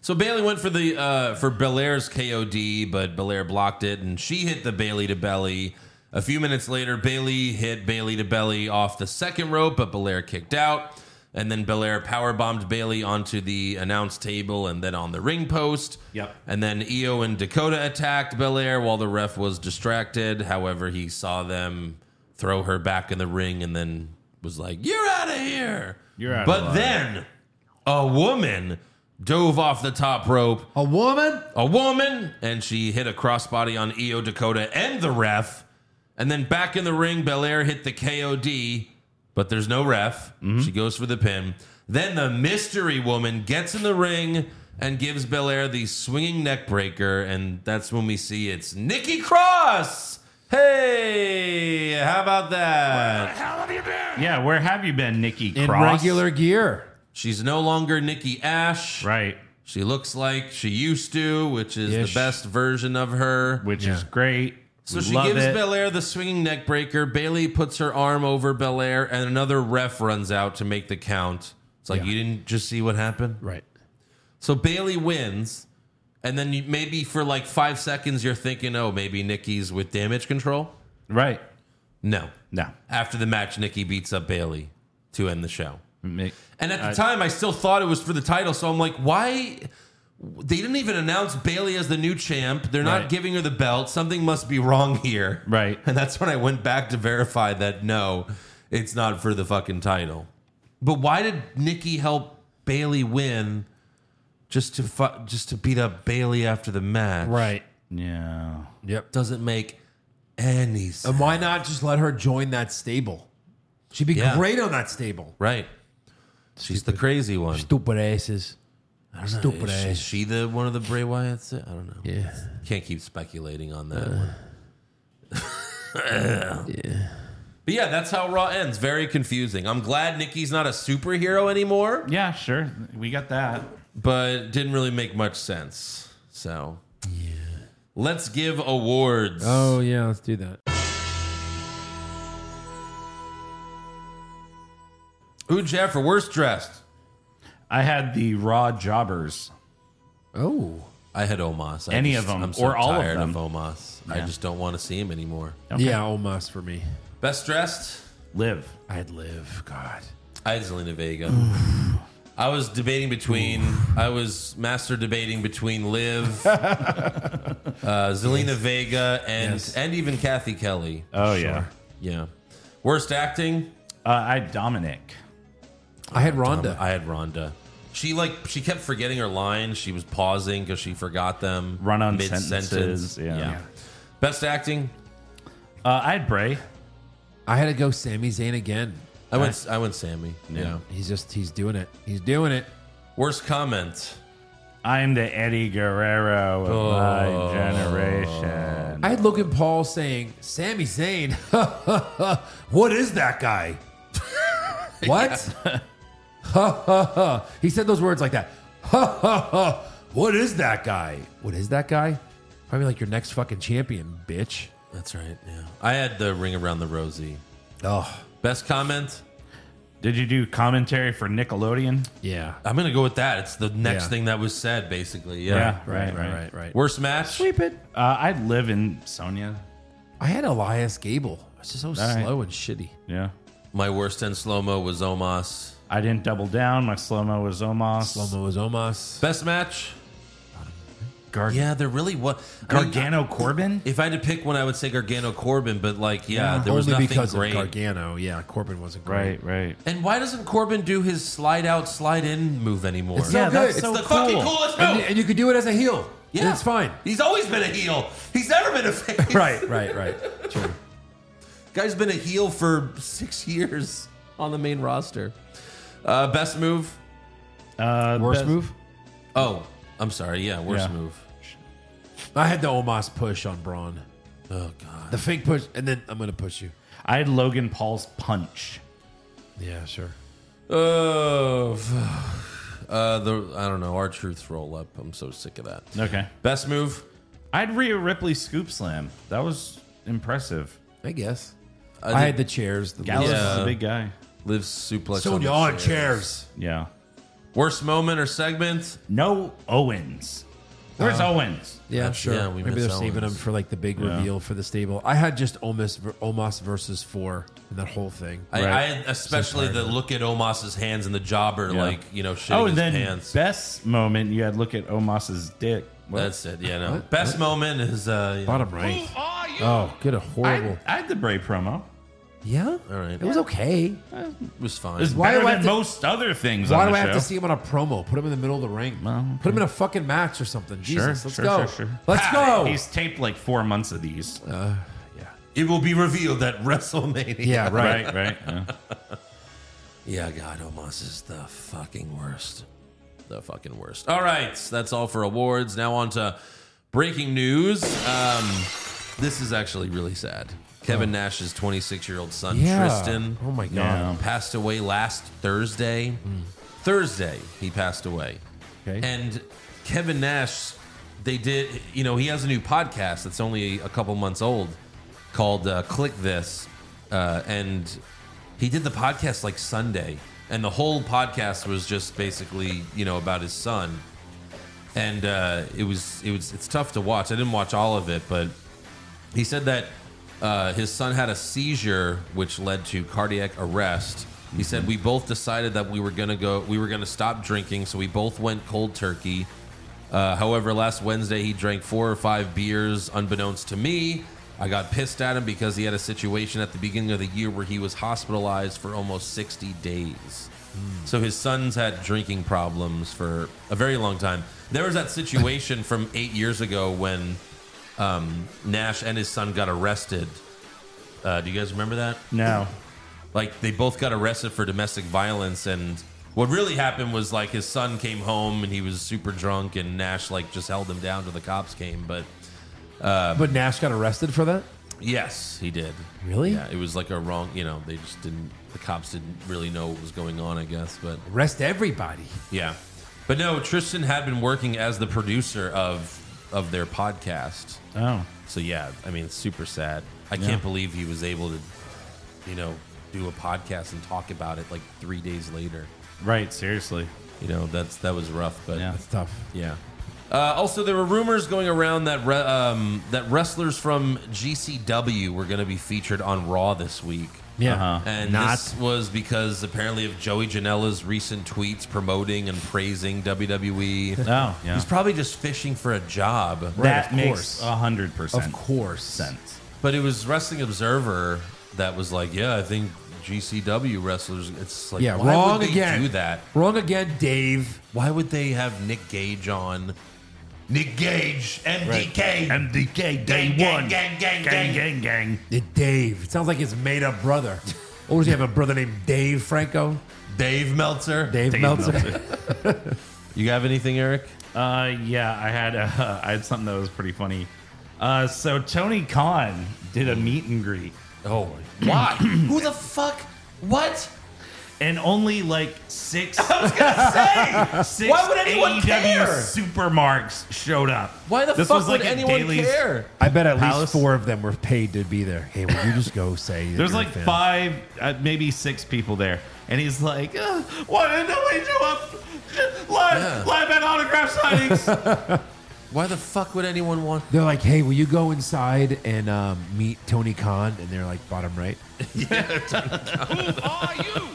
C: So Bailey went for the uh, for Belair's KOD, but Belair blocked it, and she hit the Bailey to belly. A few minutes later, Bailey hit Bailey to belly off the second rope, but Belair kicked out, and then Belair power bombed Bailey onto the announce table and then on the ring post.
F: Yep.
C: And then Io and Dakota attacked Belair while the ref was distracted. However, he saw them throw her back in the ring and then was like, "You're out of here."
F: You're outta
C: But
F: line.
C: then a woman dove off the top rope.
D: A woman?
C: A woman, and she hit a crossbody on Io Dakota and the ref. And then back in the ring, Belair hit the KOD, but there's no ref.
F: Mm-hmm.
C: She goes for the pin. Then the mystery woman gets in the ring and gives Belair the swinging neck breaker. And that's when we see it's Nikki Cross. Hey, how about that?
F: Yeah, where have you been, Nikki
D: In
F: Cross?
D: regular gear.
C: She's no longer Nikki Ash.
F: Right.
C: She looks like she used to, which is
D: Yeah,
C: the
D: she-
C: best version of her.
F: Which is great.
C: So
F: We
C: she
F: love
C: gives
F: it.
C: Belair the swinging neck breaker. Bailey puts her arm over Belair, and another ref runs out to make the count. It's like
D: Yeah.
C: you didn't just see what happened,
D: Right.
C: So Bailey wins, and then you, maybe for like five seconds you're thinking, oh, maybe Nikki's with damage control.
F: Right.
C: No,
F: No.
C: after the match, Nikki beats up Bailey to end the show.
F: Ma-
C: And at the
F: I-
C: time, I still thought it was for the title, so I'm like, why? They didn't even announce Bailey as the new champ. They're not giving her the belt. Something must be wrong here. Right. And that's when I went back to verify that no, it's not for the fucking title. But why did Nikki help Bailey win just to fu- just to beat up Bailey after the match?
D: Right.
C: Yeah. Yep. Doesn't make any sense.
D: And why not just let her join that stable? She'd be
C: Yeah.
D: great on that stable.
C: Right. She's the crazy one.
D: Stupid asses.
C: I don't know.
D: Stupid
C: Is she,
D: ass.
C: is she the one of the Bray Wyatts? I don't know. Yeah. Can't keep speculating on that one.
F: Uh,
C: yeah. But yeah, that's how Raw ends. Very confusing. I'm glad Nikki's not a superhero anymore.
F: Yeah, sure. We got that.
C: But didn't really make much sense. So yeah. let's give awards.
D: Oh yeah, let's do that.
C: Who, Jeff, for worst dressed?
F: I had the Raw Jobbers.
D: Oh.
C: I had Omos. I
F: Any
C: just-
F: of them,
C: I'm so
F: or all of
C: tired
F: them.
C: Omos. I
F: Yeah.
C: just don't want to see him anymore.
D: Yeah, almost for me.
C: Best dressed?
F: Live.
D: I had live. God.
C: I had Zelina Vega. I was debating between. I was master debating between Liv, uh, Zelina Vega, and and even Kathy Kelly.
F: Oh, yeah.
C: yeah. Worst acting?
F: Uh, I had Dominic.
D: I had
C: Rhonda. I had Rhonda. She like she kept forgetting her lines. She was pausing because she forgot them.
F: Run on
C: mid-sentence.
F: sentences, yeah. Yeah.
C: Best acting?
F: Uh, I had Bray.
D: I had to go Sami Zayn again.
C: I went. I went Sammy. Yeah.
D: He's just he's doing it. He's doing it.
C: Worst comment.
F: I'm the Eddie Guerrero of
D: Oh.
F: my generation.
D: I had Logan Paul saying, Sami Zayn, what is that guy? what? he said those words like that. what is that guy? What is that guy? Probably like your next fucking champion, bitch.
C: That's right. Yeah. I had the ring around the rosy.
D: Oh.
C: Best comment.
F: Did you do commentary for Nickelodeon?
D: Yeah.
C: I'm gonna go with that. It's the next
F: Yeah.
C: thing that was said, basically.
F: Yeah,
C: Yeah.
F: right, right, right,
D: right.
C: Worst match.
F: Sweep it. Uh, I'd live in Sonia.
D: I had Elias Gable. It's just so
F: right.
D: slow and shitty.
F: Yeah.
C: My worst in slow mo was Omos.
F: I didn't double down. My slow mo was Omos.
D: Slow mo was Omos.
C: Best match.
F: Gar-
C: yeah, there really was
F: Gargano Corbin.
C: If I had to pick one, I would say Gargano Corbin. But like, yeah, Uh, there was
D: Only
C: nothing
D: because
C: great.
D: of Gargano. Yeah, Corbin wasn't great.
F: Right, right.
C: and why doesn't Corbin do his slide out, slide in move anymore?
D: It's so good.
C: it's the fucking coolest move.
D: And, and you could do it as a heel. Yeah.
C: Yeah.
D: it's fine.
C: He's always been a heel. He's never been a face.
D: Right, right, right. True.
C: Guy's been a heel for six years on the main roster. Uh, best move?
F: Uh,
D: Worst
F: best-
D: move?
C: Oh, I'm sorry. Yeah, worst
F: Yeah.
C: move.
D: I had the Omos push on Braun.
C: Oh God.
D: The fake push, and then I'm going to push you.
F: I had Logan Paul's punch.
D: Yeah, sure.
C: Oh. Uh, the I don't know. Our truths roll up. I'm so sick of that.
F: Okay.
C: Best move?
F: I had Rhea Ripley scoop slam. That was impressive.
D: I guess. I,
C: I
D: had the
C: think-
D: chairs. The
F: Gallows
C: Yeah.
F: is a big guy.
C: Live suplex.
D: Sonya
C: on
D: on
C: the
D: chairs.
C: chair.
F: Yeah.
C: Worst moment or segment?
F: No Owens. Where's Owens?
D: Yeah, sure.
C: yeah, we
D: Maybe
C: miss
D: they're saving
C: Owens.
D: them for like the big reveal for the stable. I had just Omos, ver- Omos versus four and that whole thing.
C: I,
F: Right.
C: I especially the look at Omos's hands and the jobber,
F: Yeah.
C: like you know, shitting
F: Oh,
C: his
F: and then
C: pants.
F: best moment you had look at Omos's dick. What?
C: That's it. Yeah, no. Best moment is uh, you know.
D: Bottom right. Oh, good. A horrible.
F: I, I had the Bray promo.
D: yeah.
C: All right,
D: It was okay.
C: it was fine.
F: It's
D: Why
F: better
D: do I
F: than
D: have to-
F: most other things
D: Why
F: on
D: do
F: the
D: I have
F: show.
D: to see him on a promo? Put him in the middle of the ring.
F: Well,
D: Put him in a fucking match or something.
F: Sure,
D: Jesus, let's
F: sure,
D: go.
F: sure, sure.
D: Let's
F: Ah,
C: Oh.
D: go.
F: He's taped like four months of these.
C: Uh, It will be revealed at WrestleMania.
D: yeah, right.
F: right, right. yeah.
C: Yeah, God, Omos is the fucking worst. The fucking worst. All right, that's all for awards. Now on to breaking news. Um, this is actually really sad. Kevin Nash's 26 year old son,
D: Oh. Yeah.
C: Tristan.
D: Oh my God.
F: Yeah.
C: Um, Passed away last Thursday. Thursday, he passed away.
D: Okay.
C: And Kevin Nash, they did, you know, he has a new podcast that's only a couple months old called uh, Click This. Uh, and he did the podcast like Sunday. And the whole podcast was just basically, you know, about his son. And uh, it was, it was, it's tough to watch. I didn't watch all of it, but he said that uh, his son had a seizure, which led to cardiac arrest. He said we both decided that we were gonna go, we were gonna stop drinking, so we both went cold turkey. Uh, however, last Wednesday he drank four or five beers, unbeknownst to me. I got pissed at him because he had a situation at the beginning of the year where he was hospitalized for almost 60 days. So his son's had drinking problems for a very long time. There was that situation from eight years ago when um, Nash and his son got arrested. Uh, do you guys remember that?
F: No.
C: Like they both got arrested for domestic violence, and what really happened was like his son came home and he was super drunk, and Nash like just held him down till the cops came. But uh,
D: But Nash got arrested for that?
C: Yes, he did.
D: Really?
C: Yeah, it was like a wrong. You know, they just didn't. The cops didn't really know what was going on. I guess, but
D: Arrest everybody.
C: yeah, but no. Tristan had been working as the producer of of their podcast.
F: Oh.
C: so yeah. I mean, it's super sad. I
F: Yeah.
C: can't believe he was able to, you know, do a podcast and talk about it like three days later.
F: Right. Seriously.
C: You know that's that was rough, but
F: Yeah.
C: that's
D: tough.
C: Yeah. Uh, also, there were rumors going around that re- um, that wrestlers from GCW were going to be featured on Raw this week.
D: Yeah. Uh-huh.
C: and
D: Not.
C: this was because apparently of Joey Janela's recent tweets promoting and praising WWE.
F: Oh, yeah.
C: he's probably just fishing for a job.
F: that makes a hundred percent.
C: Of
D: course.
F: Sense.
C: But it was Wrestling Observer that was like, yeah, I think GCW wrestlers. It's like,
D: Yeah,
C: why
D: wrong
C: would they
D: again.
C: Do that
D: wrong again, Dave.
C: Why would they have Nick Gage on? Nick Gage, MDK,
F: MDK,
C: gang, gang, gang, gang, gang,
F: gang, gang.
D: It, Dave. It sounds like his made up brother. or does he have a brother named Dave Franco?
C: Dave Meltzer.
D: Dave, Meltzer.
C: you have anything, Eric?
F: Uh, yeah, I had uh, I had something that was pretty funny. Uh, so Tony Khan did a meet and greet.
C: Oh, why? Who the fuck? What?
F: And only like six. I
C: was gonna say,
F: six
C: why would anyone
F: AEW
C: care?
F: Supermarks showed up.
C: Why the
F: This
C: fuck
F: was like
C: would
F: a
C: anyone
F: daily-
C: care?
D: I bet at
F: Palace?
D: least four of them were paid to be there. Hey, will you just go say that
F: There's
D: you're a
F: like
D: fan?
F: five, uh, maybe six people there, and he's like, uh, "Why did nobody show up? Live,
C: Yeah.
F: live at autograph signings."
C: Why the fuck would anyone want?
D: They're like, hey, will you go inside and um, meet Tony Khan? And they're like, bottom right.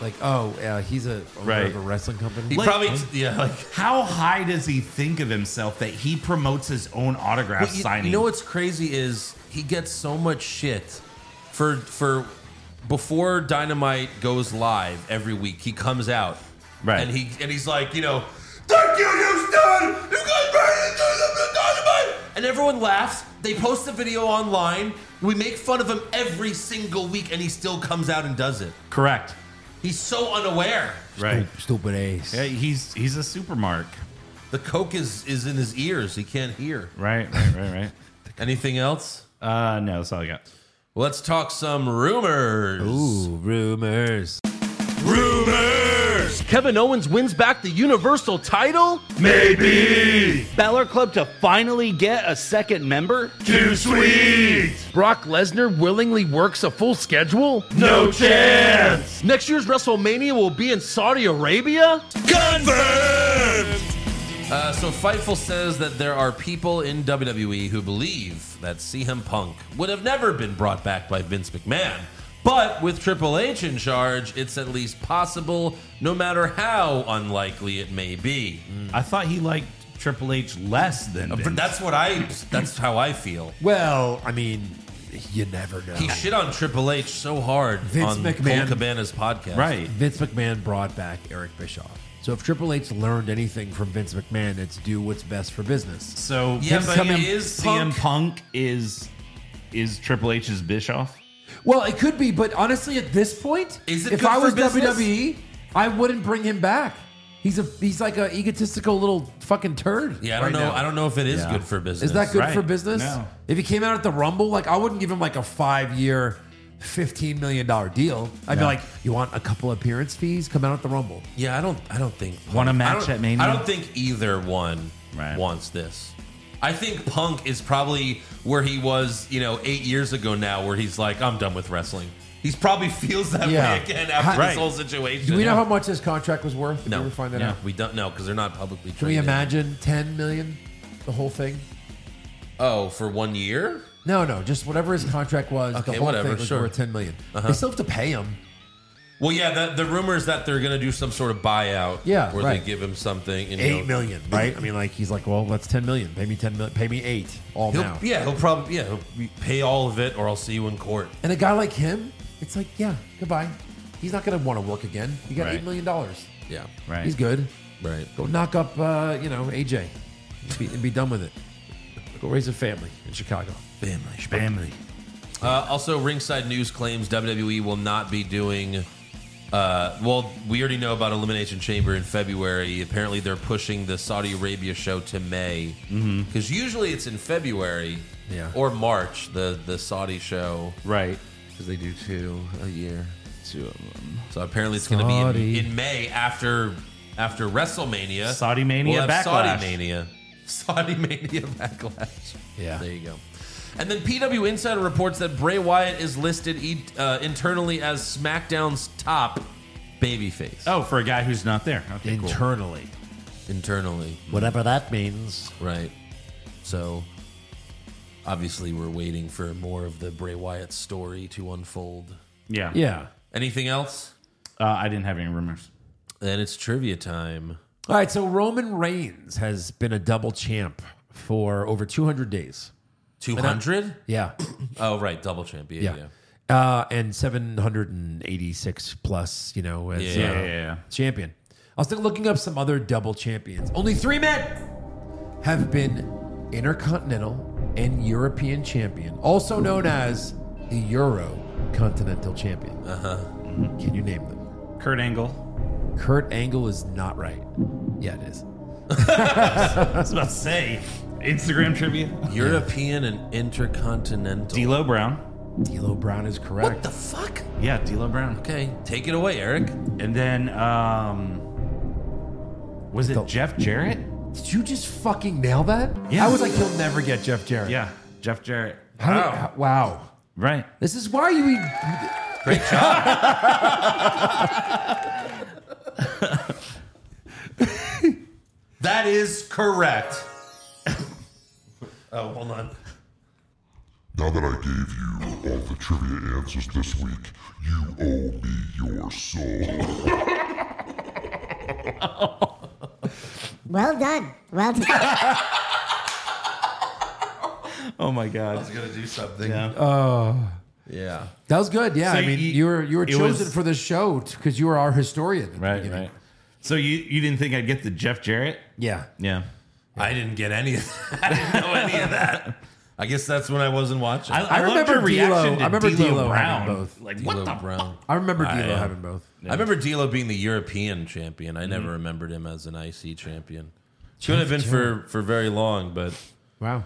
D: Like, oh, uh, he's a owner
F: Right.
D: of a wrestling company.
C: He probably- yeah. Like,
F: how high does he think of himself that he promotes his own autograph
C: Well, you,
F: signing?
C: You know what's crazy is he gets so much shit for for before Dynamite goes live every week. He comes out,
F: Right.
C: and he and he's like, you know, thank you, Houston. You guys made it through the- the Dynamite, and everyone laughs. They post the video online. We make fun of him every single week, and he still comes out and does it.
F: Correct.
C: He's so unaware.
F: Right.
D: Oh, Stupid ace.
F: Yeah, he's he's a supermark.
C: The coke is is in his ears. He can't hear.
F: Right, right, right, right.
C: Anything else?
F: Uh, no, that's all I got.
C: Let's talk some rumors.
D: Ooh, rumors.
C: Rumors!
Q: Kevin Owens wins back the Universal title?
P: Maybe.
Q: Balor Club to finally get a second member?
P: Too sweet.
Q: Brock Lesnar willingly works a full schedule?
P: No chance.
Q: Next year's WrestleMania will be in Saudi Arabia? Confirmed!
C: Uh, so Fightful says that there are people in WWE who believe that CM Punk would have never been brought back by Vince McMahon. But with Triple H in charge, it's at least possible, no matter how unlikely it may be.
D: Mm.
F: I thought he liked Triple H less than
C: Uh, but
F: Vince.
C: That's what I. That's how I feel.
D: Well, I mean, you never know.
C: He shit on Triple H so hard
D: Vince
C: on
D: McMahon-
C: Cole Cabana's podcast.
D: Vince McMahon brought back Eric Bischoff. So if Triple H learned anything from Vince McMahon, it's do what's best for business.
F: So
D: Yeah,
F: him
D: but
F: coming-
D: he is
F: CM Punk. is is Triple H's Bischoff.
D: Well, it could be, but honestly, at this point,
F: Is it
D: if
F: good
D: I
F: for
D: was
F: business?
D: WWE, I wouldn't bring him back. He's a he's like a egotistical little fucking turd.
C: Yeah, I don't
D: right
C: know.
D: now.
C: I don't know if it is
D: Yeah.
C: good for business.
D: Is that good for business? If he came out at the Rumble, like I wouldn't give him like a five year, fifteen million dollar deal. I'd be
C: No.
D: like, you want a couple appearance fees? Come out at the Rumble.
C: Yeah, I don't. I don't think. Punk-
D: Want a
C: I
D: match
C: don't-
D: at Mania?
C: I don't think either one wants this. I think Punk is probably where he was, you know, eight years ago now, where he's like, I'm done with wrestling. He's probably feels that
D: Yeah.
C: way again after
D: Right.
C: this whole situation.
D: Do we know how much his contract was worth? Did
C: No,
D: we ever find that
C: no,
D: out?
C: we don't know because they're not publicly.
D: Can we
C: traded.
D: imagine ten million, the whole thing?
C: Oh, for one year?
D: No, no, just whatever his contract was,
C: Okay,
D: the whole
C: whatever,
D: thing was
C: sure.
D: worth ten million.
C: Uh-huh.
D: They still have to pay him.
C: Well, yeah, that, the rumor is that they're going to do some sort of buyout.
D: Yeah,
C: where
D: right.
C: they give him something. And
D: Eight million, right? I mean, like he's like, well, that's ten million. Pay me ten million. Pay me eight. All
C: He'll,
D: now.
C: Yeah, he'll probably yeah he'll pay all of it, or I'll see you in court.
D: And a guy like him, it's like, yeah, goodbye. He's not going to want to work again. He got
C: Right.
D: eight million dollars.
C: Yeah,
D: He's good.
C: Right.
D: Go knock up, uh, you know, AJ, and be, and be done with it. Go raise a family in Chicago.
C: Family,
F: family.
C: Uh, also, Ringside News claims WWE will not be doing. Uh, well, we already know about Elimination Chamber in February. Apparently, they're pushing the Saudi Arabia show to May
Q: Mhm.
C: because usually it's in February
Q: Yeah.
C: or March. The the Saudi show,
F: right?
C: Because they do two a year, two of them. So apparently, it's going to be
F: Saudi.
C: in, in May after after WrestleMania.
F: Saudi Mania
C: we'll have
F: Backlash.
C: Saudi Mania. Saudi Mania Backlash.
D: Yeah.
C: There you go. And then PW Insider reports that Bray Wyatt is listed e- uh, internally as SmackDown's top babyface.
F: Oh, for a guy who's not there. Okay, cool.
D: Internally.
C: Internally.
D: Whatever that means.
C: Right. So, obviously, we're waiting for more of the Bray Wyatt story to unfold.
F: Yeah.
D: Yeah.
C: Anything else?
F: Uh, I didn't have any rumors.
C: Then it's trivia time.
D: All right, so Roman Reigns has been a double champ for over 200 days.
C: 200?
D: Yeah.
C: Oh, right. Double champion.
D: Yeah.
C: yeah.
D: Uh, and 786 plus, you know, as
C: Yeah,
D: uh,
C: yeah, yeah.
D: champion. I was looking up some other double champions. Only three men have been intercontinental and European champion, also known as the Euro Continental Champion.
C: Uh huh.
D: Can you name them?
F: Uh, Kurt Angle.
D: Kurt Angle is not right. Yeah, it is.
F: I was about to say Instagram trivia.
C: European and intercontinental.
F: D'Lo Brown.
D: D'Lo Brown is correct.
C: What the fuck?
F: Yeah, D'Lo Brown.
C: Okay, take it away, Eric.
F: And then, um, was it Jeff Jarrett?
D: Did you just fucking nail that?
F: Yeah.
D: I was like, he'll never get Jeff Jarrett.
F: Yeah, Jeff Jarrett.
D: How, how- wow.
F: Right.
D: This is why you eat.
C: Great job. that is correct. oh, hold on.
M: Now that I gave you all the trivia answers this week, you owe me your soul.
H: Well done. Well done.
F: Oh my God. I was
C: gonna do something.
D: Oh.
C: Yeah.
D: That was good. Yeah.
F: So
D: I mean,
F: you-
D: you, were you were
F: it
D: chosen
F: was-
D: for the show because you were our historian.
F: Right, right. So you you didn't think I'd get the Jeff Jarrett?
D: Yeah.
F: Yeah.
C: I didn't get any of that. I didn't know any of that. I guess that's when I wasn't watching.
F: I- I I loved remember your reaction D'Lo- to I remember D'Lo D'Lo Brown. having both. Like, what the
C: Brown.
F: fuck?
D: I remember D'Lo having both.
C: I remember D'Lo being the European champion. I never remembered him as an IC champion. Shouldn't have been for, for very long, but
D: Wow.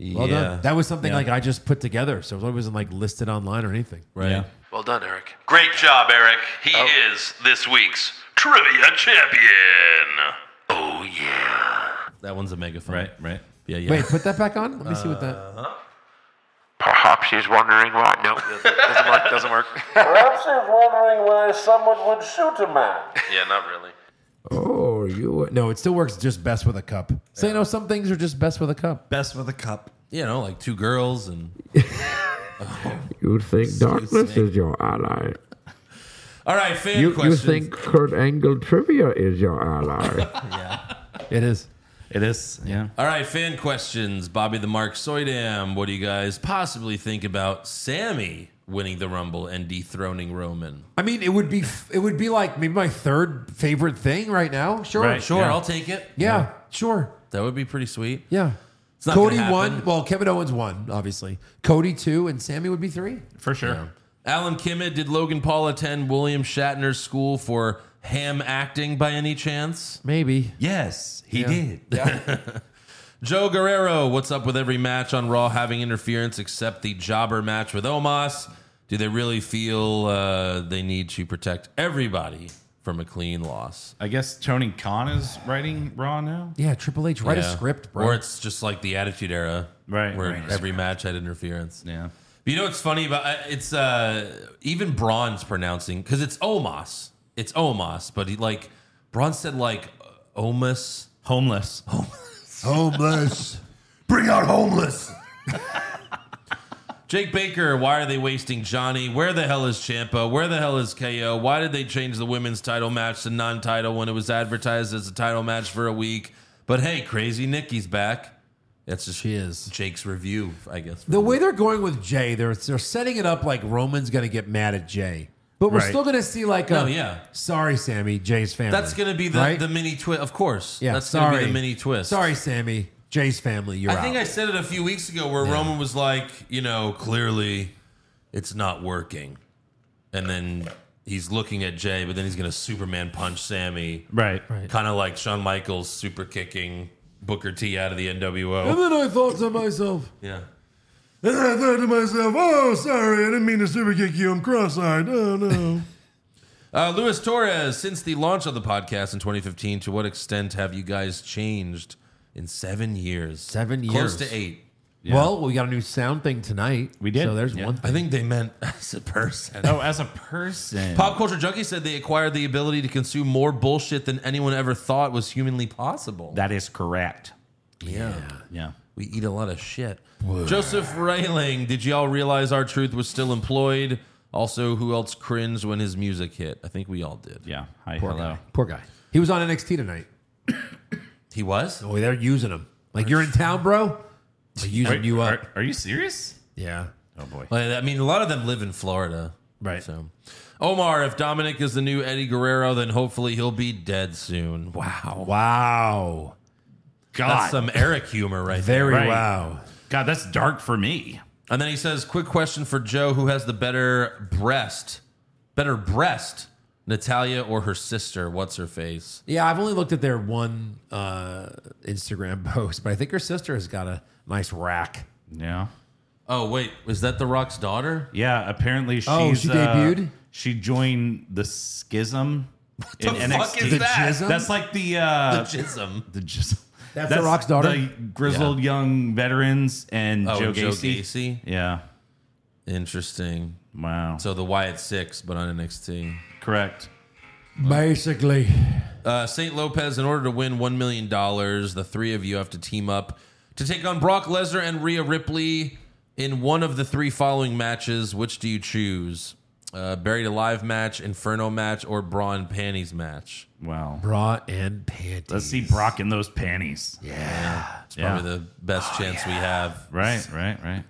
D: Well
C: Yeah.
D: done. That was something
C: Yeah.
D: like I just put together. So it wasn't like listed online or anything.
C: right.
Q: Well done, Eric.
R: Great job, Eric. He
F: Oh.
R: is this week's trivia champion. Oh yeah.
C: That one's a megaphone.
F: Right, right.
C: Yeah, yeah.
D: Wait, put that back on. Let me see what that.
C: Uh,
P: Perhaps he's wondering why. No, doesn't work. Doesn't work.
S: Perhaps you're wondering why someone would shoot a man.
R: Yeah, not really.
D: Oh, you. No, it still works just best with a cup. So, you know, some things are just best with a cup.
F: Best with a cup.
C: You know, like two girls and
T: You would think darkness is your ally.
C: All right, fan
T: You, you
C: questions.
T: think Kurt Angle trivia is your ally.
D: It is.
F: It is. Yeah.
C: All right, fan questions. Bobby the Mark Soydam. What do you guys possibly think about Sammy winning the Rumble and dethroning Roman?
D: I mean, it would be it would be like maybe my third favorite thing right now. Sure,
C: Right, sure, I'll take it.
D: Yeah,
C: Yeah.
D: sure.
C: That would be pretty sweet.
D: Yeah.
C: It's not
D: Cody
C: gonna
D: won.
C: happen.
D: Well, Kevin Owens won, obviously. Cody two, and Sammy would be three.
F: For sure.
C: Alan Kimmett, did Logan Paul attend William Shatner's school for ham acting by any chance?
D: Maybe.
F: Yes, he
D: Yeah.
F: did.
C: Joe Guerrero, what's up with every match on Raw having interference except the jobber match with Omos? Do they really feel uh, they need to protect everybody from a clean loss?
F: I guess Tony Khan is writing Raw now.
D: Yeah, Triple H, write
C: Yeah.
D: a script, bro.
C: Or it's just like the Attitude Era,
F: Right,
C: Where
F: right.
C: every match had interference.
F: Yeah.
C: But you know what's funny about I- it's uh, even Braun's pronouncing because it's Omos. It's Omos, but he like Braun said like Omus
F: homeless.
C: Homeless. Bring out homeless. Jake Baker, why are they wasting Johnny? Where the hell is Champa? Where the hell is KO? Why did they change the women's title match to non-title when it was advertised as a title match for a week? But hey, crazy Nikki's back. That's just she is Jake's review, I guess. Oh,
D: The way they're going with Jay, they're they're setting it up like Roman's going to get mad at Jay, but we're
C: Right.
D: still going to see like,
C: No,
D: a,
C: yeah.
D: sorry, Sammy, Jay's family.
C: That's going to be the,
D: Right?
C: the mini twist, of course.
D: yeah.
C: that's
D: sorry,
C: going to be the mini twist.
D: Sorry, Sammy, Jay's family. You're
C: I
D: out.
C: think I said it a few weeks ago where Roman was like, you know, clearly it's not working. And then he's looking at Jay, but then he's going to Superman punch Sammy.
F: Right. Right.
C: Kind of like Shawn Michaels super kicking Booker T out of the
P: And
C: NWO.
P: then I thought to myself,
C: Yeah.
P: and then I thought to myself, oh, sorry, I didn't mean to super kick you. I'm cross-eyed. Oh, no.
C: Uh, Luis Torres, since the launch of the podcast in 2015, to what extent have you guys changed in seven years?
D: Seven years.
C: Close to eight.
D: Well, we got a new sound thing tonight. We
C: did.
D: So there's
C: Yeah.
D: one.
C: I think they meant as a person.
F: Oh, as a person.
C: Pop Culture Junkie said they acquired the ability to consume more bullshit than anyone ever thought was humanly possible.
F: That is correct.
C: Yeah.
F: Yeah.
C: We eat a lot of shit. Joseph Railing, did y'all realize our truth was still employed? Also, who else cringed when his music hit? I think we all did.
F: Yeah. Hi,
D: Poor guy. Poor guy. He was on NXT tonight.
C: he was.
D: Oh, they're using him. Like you're in town, bro. They're using you up.
F: Are you serious?
D: Yeah.
F: Oh boy.
C: Like, I mean, a lot of them live in Florida.
D: Right.
C: So, Omar, if Dominic is the new Eddie Guerrero, then hopefully he'll be dead soon. Wow.
D: Wow.
C: God. That's some Eric humor right
D: Very
C: there.
D: wow.
F: God, that's dark for me.
C: And then he says, quick question for Joe who has the better breast? Better breast, Natalia or her sister? What's her face?
D: Yeah, I've only looked at their one uh, Instagram post, but I think her sister has got a nice rack.
F: Yeah.
C: Oh, wait. Was that The Rock's daughter?
F: Yeah, apparently she's
D: Oh, she
F: uh,
D: debuted?
F: she joined the schism. What
C: the fuck is The that? Jism?
F: That's like the uh
C: The Jism.
F: The jism.
D: That's The Rock's daughter?
F: The grizzled young veterans and
C: Oh,
F: Joe,
C: and Joe
F: Gacy.
C: Gacy?
F: Yeah.
C: Interesting.
F: Wow.
C: So the Wyatt Six, but on NXT.
F: Correct.
D: Basically.
C: Uh, St. Lopez, in order to win $1 million, the three of you have to team up to take on Brock Lesnar and Rhea Ripley in one of the three following matches. Which do you choose? Uh, buried Alive match, Inferno match, or Bra and Panties match?
F: Wow.
D: Bra and panties.
F: Let's see Brock in those panties.
C: Yeah. It's
F: Yeah.
C: probably the best chance we have.
F: Right, right, right.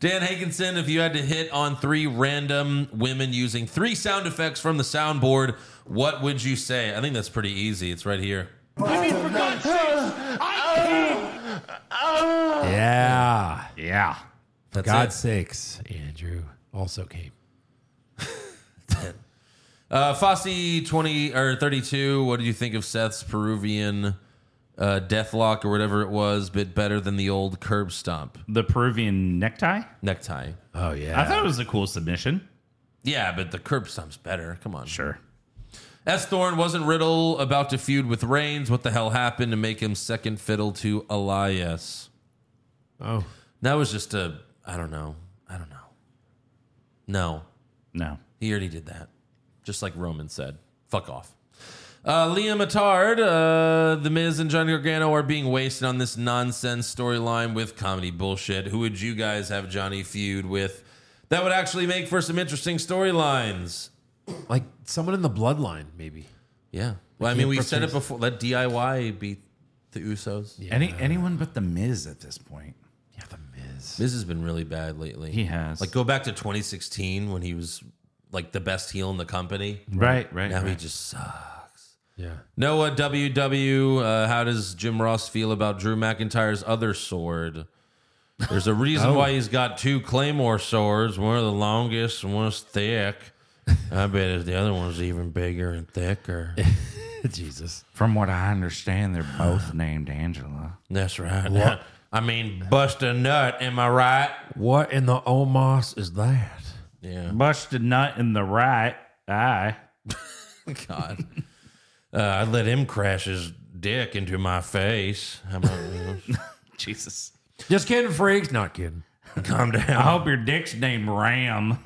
C: Dan Hankinson, if you had to hit on three random women using three sound effects from the soundboard, what would you say? I think that's pretty easy. It's right here.
P: I mean, for God's sake, I can't.
D: Yeah.
F: Yeah.
D: For
C: That's
D: God's
C: it.
D: sakes, Andrew also came.
C: Uh, Fossey twenty or thirty two. What did you think of Seth's Peruvian uh, deathlock or whatever it was? Bit better than the old curb stomp
F: The Peruvian necktie?
C: necktie.
D: Oh yeah.
F: I thought it was a cool submission.
C: Yeah, but the curb stomp's better. Come on.
F: Sure.
C: S. Thorne wasn't Riddle about to feud with Reigns. What the hell happened to make him second fiddle to Elias?
D: Oh.
C: That was just a. I don't know. I don't know. No.
F: No.
C: He already did that. Just like Roman said. Fuck off. Uh, Liam Attard, uh, The Miz, and John Gargano are being wasted on this nonsense storyline with comedy bullshit. Who would you guys have Johnny feud with? That would actually make for some interesting storylines.
D: Like someone in the bloodline, maybe.
C: Yeah. Well, I
D: Like
C: mean,
D: Ian
C: we said it
D: Brooks-
C: before. Let DIY beat the Usos.
F: Any anyone but the Miz at this point.
C: Miz has been really bad lately.
F: He has.
C: Like go back to 2016 when he was like the best heel in the company.
F: Right, right,
C: Now he
F: right.
C: just sucks.
D: Yeah.
C: Noah WW, uh, how does Jim Ross feel about Drew McIntyre's other sword? There's a reason
D: Oh.
C: why he's got two claymore swords. One of the longest and one's thick. I bet if the other one's even bigger and thicker.
D: Jesus.
F: From what I understand, they're both named Angela.
C: That's right.
D: What?
C: I mean, bust a nut. Am I right?
D: What in the Omos is that?
C: Yeah.
F: Busted nut in the right eye.
C: God. Uh, I let him crash his dick into my face. How about
F: Jesus.
D: Just kidding, freaks. Not kidding.
C: Calm
F: I
C: down.
F: hope your dick's named Ram.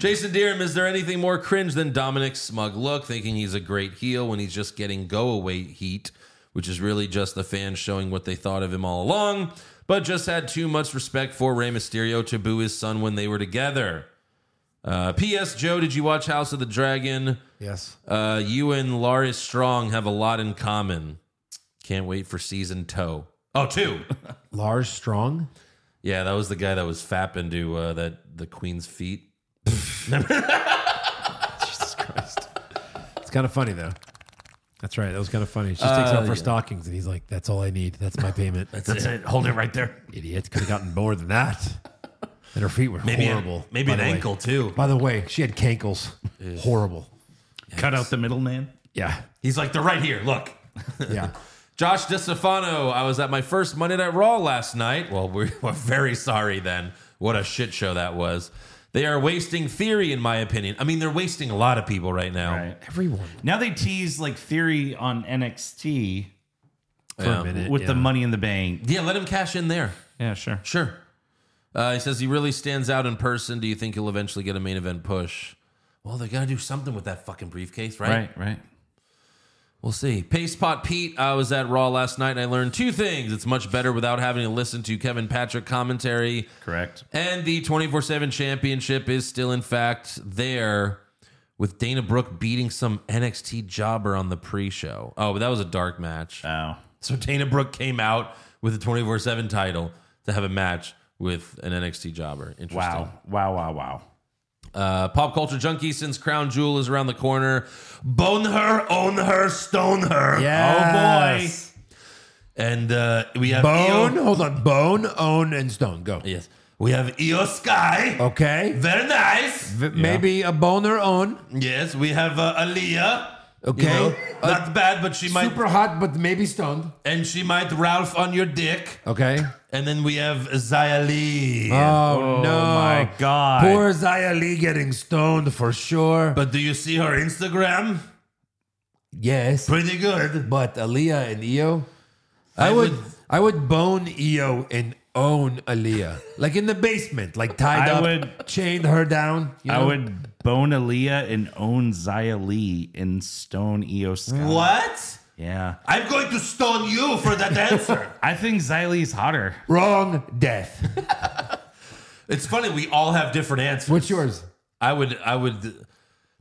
C: Jason Deerham, is there anything more cringe than Dominic's smug look, thinking he's a great heel when he's just getting go away heat, which is really just the fans showing what they thought of him all along? but just had too much respect for Rey Mysterio to boo his son when they were together. Uh, P.S. Joe, did you watch House of the Dragon?
D: Yes.
C: Uh, you and Laris Strong have a lot in common. Can't wait for season two. Oh, two.
D: Lars Strong?
C: Yeah, that was the guy that was fapping to uh, that the queen's feet.
D: It's kind of funny, though. That's right. That was kind of funny. She just takes
C: Uh,
D: out her
C: yeah.
D: stockings and he's like, that's all I need. That's my payment.
C: That's That's it. it. Hold it right there.
D: Idiot. Could have gotten more than that. And her feet were
C: Maybe an-
D: horrible.
C: maybe
D: by
C: an
D: the way.
C: ankle, too.
D: By the way, she had cankles. Horrible.
F: Cut out the middleman.
D: Yeah.
C: He's like, they're right here. Look.
D: Yeah.
C: Josh DeStefano, I was at my first Monday Night Raw last night. Well, we're, we're very sorry then. What a shit show that was. They are wasting theory, in my opinion. I mean, they're wasting a lot of people right now.
D: Everyone.
F: Now they tease like theory on NXT
C: For a minute,
F: with the
C: yeah.
F: money in the bank.
C: Yeah, let him cash in there.
F: Yeah, sure.
C: Sure. Uh, he says he really stands out in person. Do you think he'll eventually get a main event push? Well, they got to do something with that fucking briefcase, right?
F: Right, right.
C: We'll see. Pastepot Pete, I was at Raw last night and I learned two things. It's much better without having to listen to Kevin Patrick commentary.
F: Correct.
C: And the 24 7 championship is still, in fact, there with Dana Brooke beating some NXT jobber on the pre show. Oh, but that was a dark match.
F: Oh.
C: So Dana Brooke came out with the 24 7 title to have a match with an NXT jobber. Interesting.
F: Wow. Wow, wow, wow.
C: Uh, pop culture junkie, since Crown Jewel is around the corner, bone her, own her, stone her.
D: Yes.
C: Oh boy. And uh, we have
D: Bone.
C: Io-
D: Hold on. Bone, own, and stone. Go.
C: Yes. We have Io Sky.
D: Okay.
C: Very nice.
D: V- Maybe a boner own.
C: Yes, we have uh, Aaliyah.
D: Okay. Uh,
C: You know, not bad, but she might.
D: Super hot, but maybe stoned.
C: And she might Ralph on your dick.
D: Okay.
C: And then we have Zaya Lee.
D: Oh, no.
C: my God.
D: Poor Zaya Lee getting stoned for sure.
C: But do you see her Instagram?
D: Yes.
C: Pretty good.
D: But Aaliyah and Io, I, would, I would bone Io and own Aaliyah. Like in the basement, like tied
F: I
D: up,
F: would-
D: chained her down. you
F: I
D: know?
F: would bone Aaliyah and own Zaya Lee in Stone Io Sky.
C: What?
F: Yeah.
C: I'm going to stone you for that answer.
F: I think Zaya Lee's hotter.
D: Wrong death.
C: it's funny we all have different answers.
D: What's yours?
C: I would I would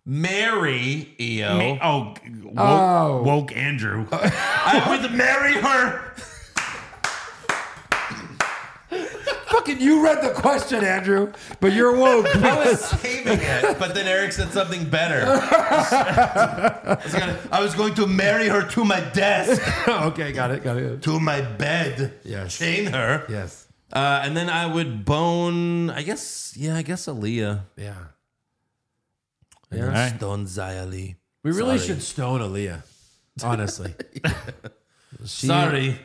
C: marry E Io.
F: Ma- oh, woke,
D: Oh.
F: woke Andrew.
C: I would marry her.
D: Fucking, you read the question, Andrew, but you're woke.
C: I was saving it, but then Eric said something better. I was gonna- I was going to marry her to my desk,
D: okay, got it, got it.
C: to my bed,
D: Yes.
C: chain her.
D: Yes.
C: Uh, and then I would bone, I guess, yeah, I guess Aaliyah.
D: Yeah.
C: Yeah.
F: Alright.
C: Stone Zaya Lee.
D: We really
C: Sorry.
D: should stone Aaliyah, honestly. She-
C: Sorry.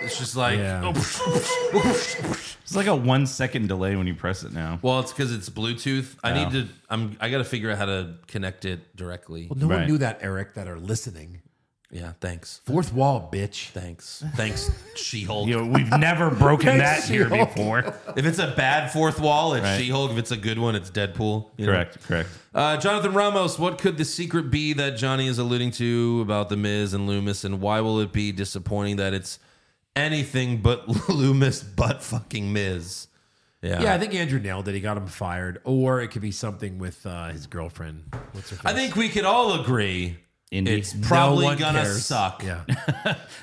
C: It's just like, oh,
D: Yeah.
F: It's like a one second delay when you press it now.
C: well, it's because it's Bluetooth. I
F: Yeah.
C: need to, I'm, I got to figure out how to connect it directly.
D: Well, no one
F: Right.
D: knew that, Eric, that are listening.
C: Yeah. Thanks.
D: Fourth wall, bitch.
C: Thanks. Thanks, She Hulk.
F: You know, we've never broken that
D: Thanks,
F: here
D: She-Hulk.
F: before.
C: If it's a bad fourth wall, it's
F: Right.
C: She Hulk. If it's a good one, it's Deadpool. you know?
F: Correct, correct.
C: Uh, Jonathan Ramos, what could the secret be that Johnny is alluding to about The Miz and Loomis, and why will it be disappointing that it's anything but Loomis but fucking Miz? Yeah.
D: Yeah, I think Andrew nailed it. He got him fired, or it could be something with uh, his girlfriend. What's her face?
C: I think we could all agree
F: Indeed.
C: it's probably
D: one
C: gonna
D: cares.
C: suck.
D: Yeah,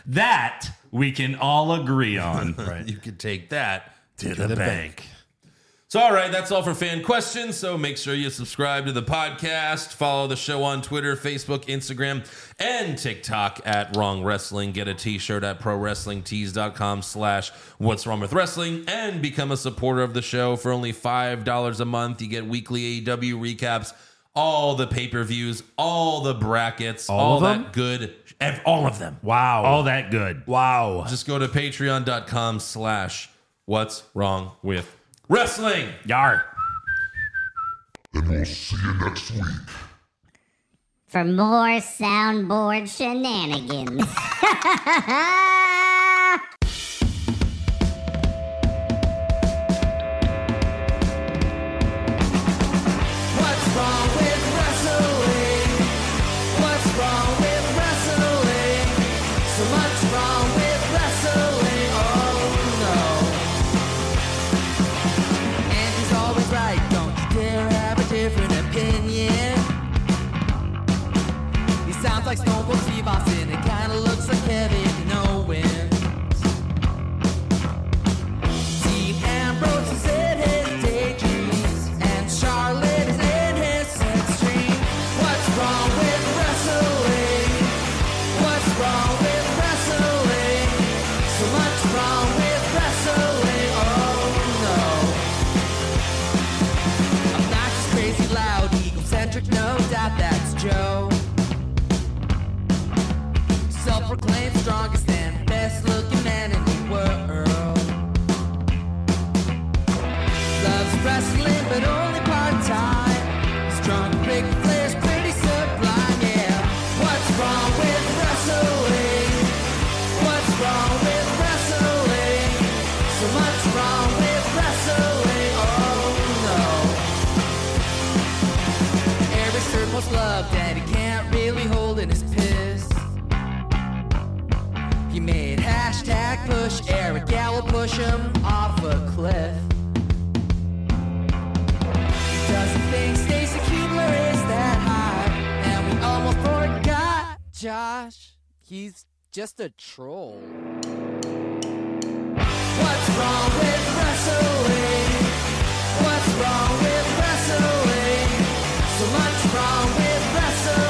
F: That we can all agree on.
D: right.
C: You could take that to,
D: To the bank.
C: So, all right, that's all for fan questions. So, make sure you subscribe to the podcast. Follow the show on Twitter, Facebook, Instagram, and TikTok at Wrong Wrestling. Get a t-shirt at ProWrestlingTees.com slash What's Wrong With Wrestling and become a supporter of the show for only $5 a month. You get weekly AEW recaps, all the pay-per-views, all the brackets, all,
D: All of them?
C: that good, ev- all of them.
D: Wow.
F: All that good.
D: wow.
C: Just go to Patreon.com slash What's Wrong With Wrestling.
F: Yar.
M: And we'll see you next week.
H: For more soundboard shenanigans.
U: What's wrong with wrestling? What's wrong with wrestling? So much wrong with wrestling. Oh no.
A: sounds like Stone Cold Steve Austin. It kinda looks like Kevin Owens. Dean Ambrose is in his daydreams, and Charlotte is in his sex dream. What's wrong with wrestling? What's wrong with wrestling? So much wrong with wrestling. Oh no. Obnoxious, crazy, loud, egocentric, no doubt that's Joe. Self proclaimed strongest and best looking man in the world. Loves wrestling, but only part time. Strong big players, pretty sublime, yeah. What's wrong with wrestling? What's wrong with wrestling? So much wrong with wrestling, oh no. Every circle's love that he can't really hold in his piss. He made hashtag push Eric Gallo push him off a cliff. He doesn't think Stacy Kubler is that hot, and we almost forgot Josh. He's just a troll. What's wrong with wrestling? What's wrong with wrestling? Oh, So much wrong with wrestling. Oh,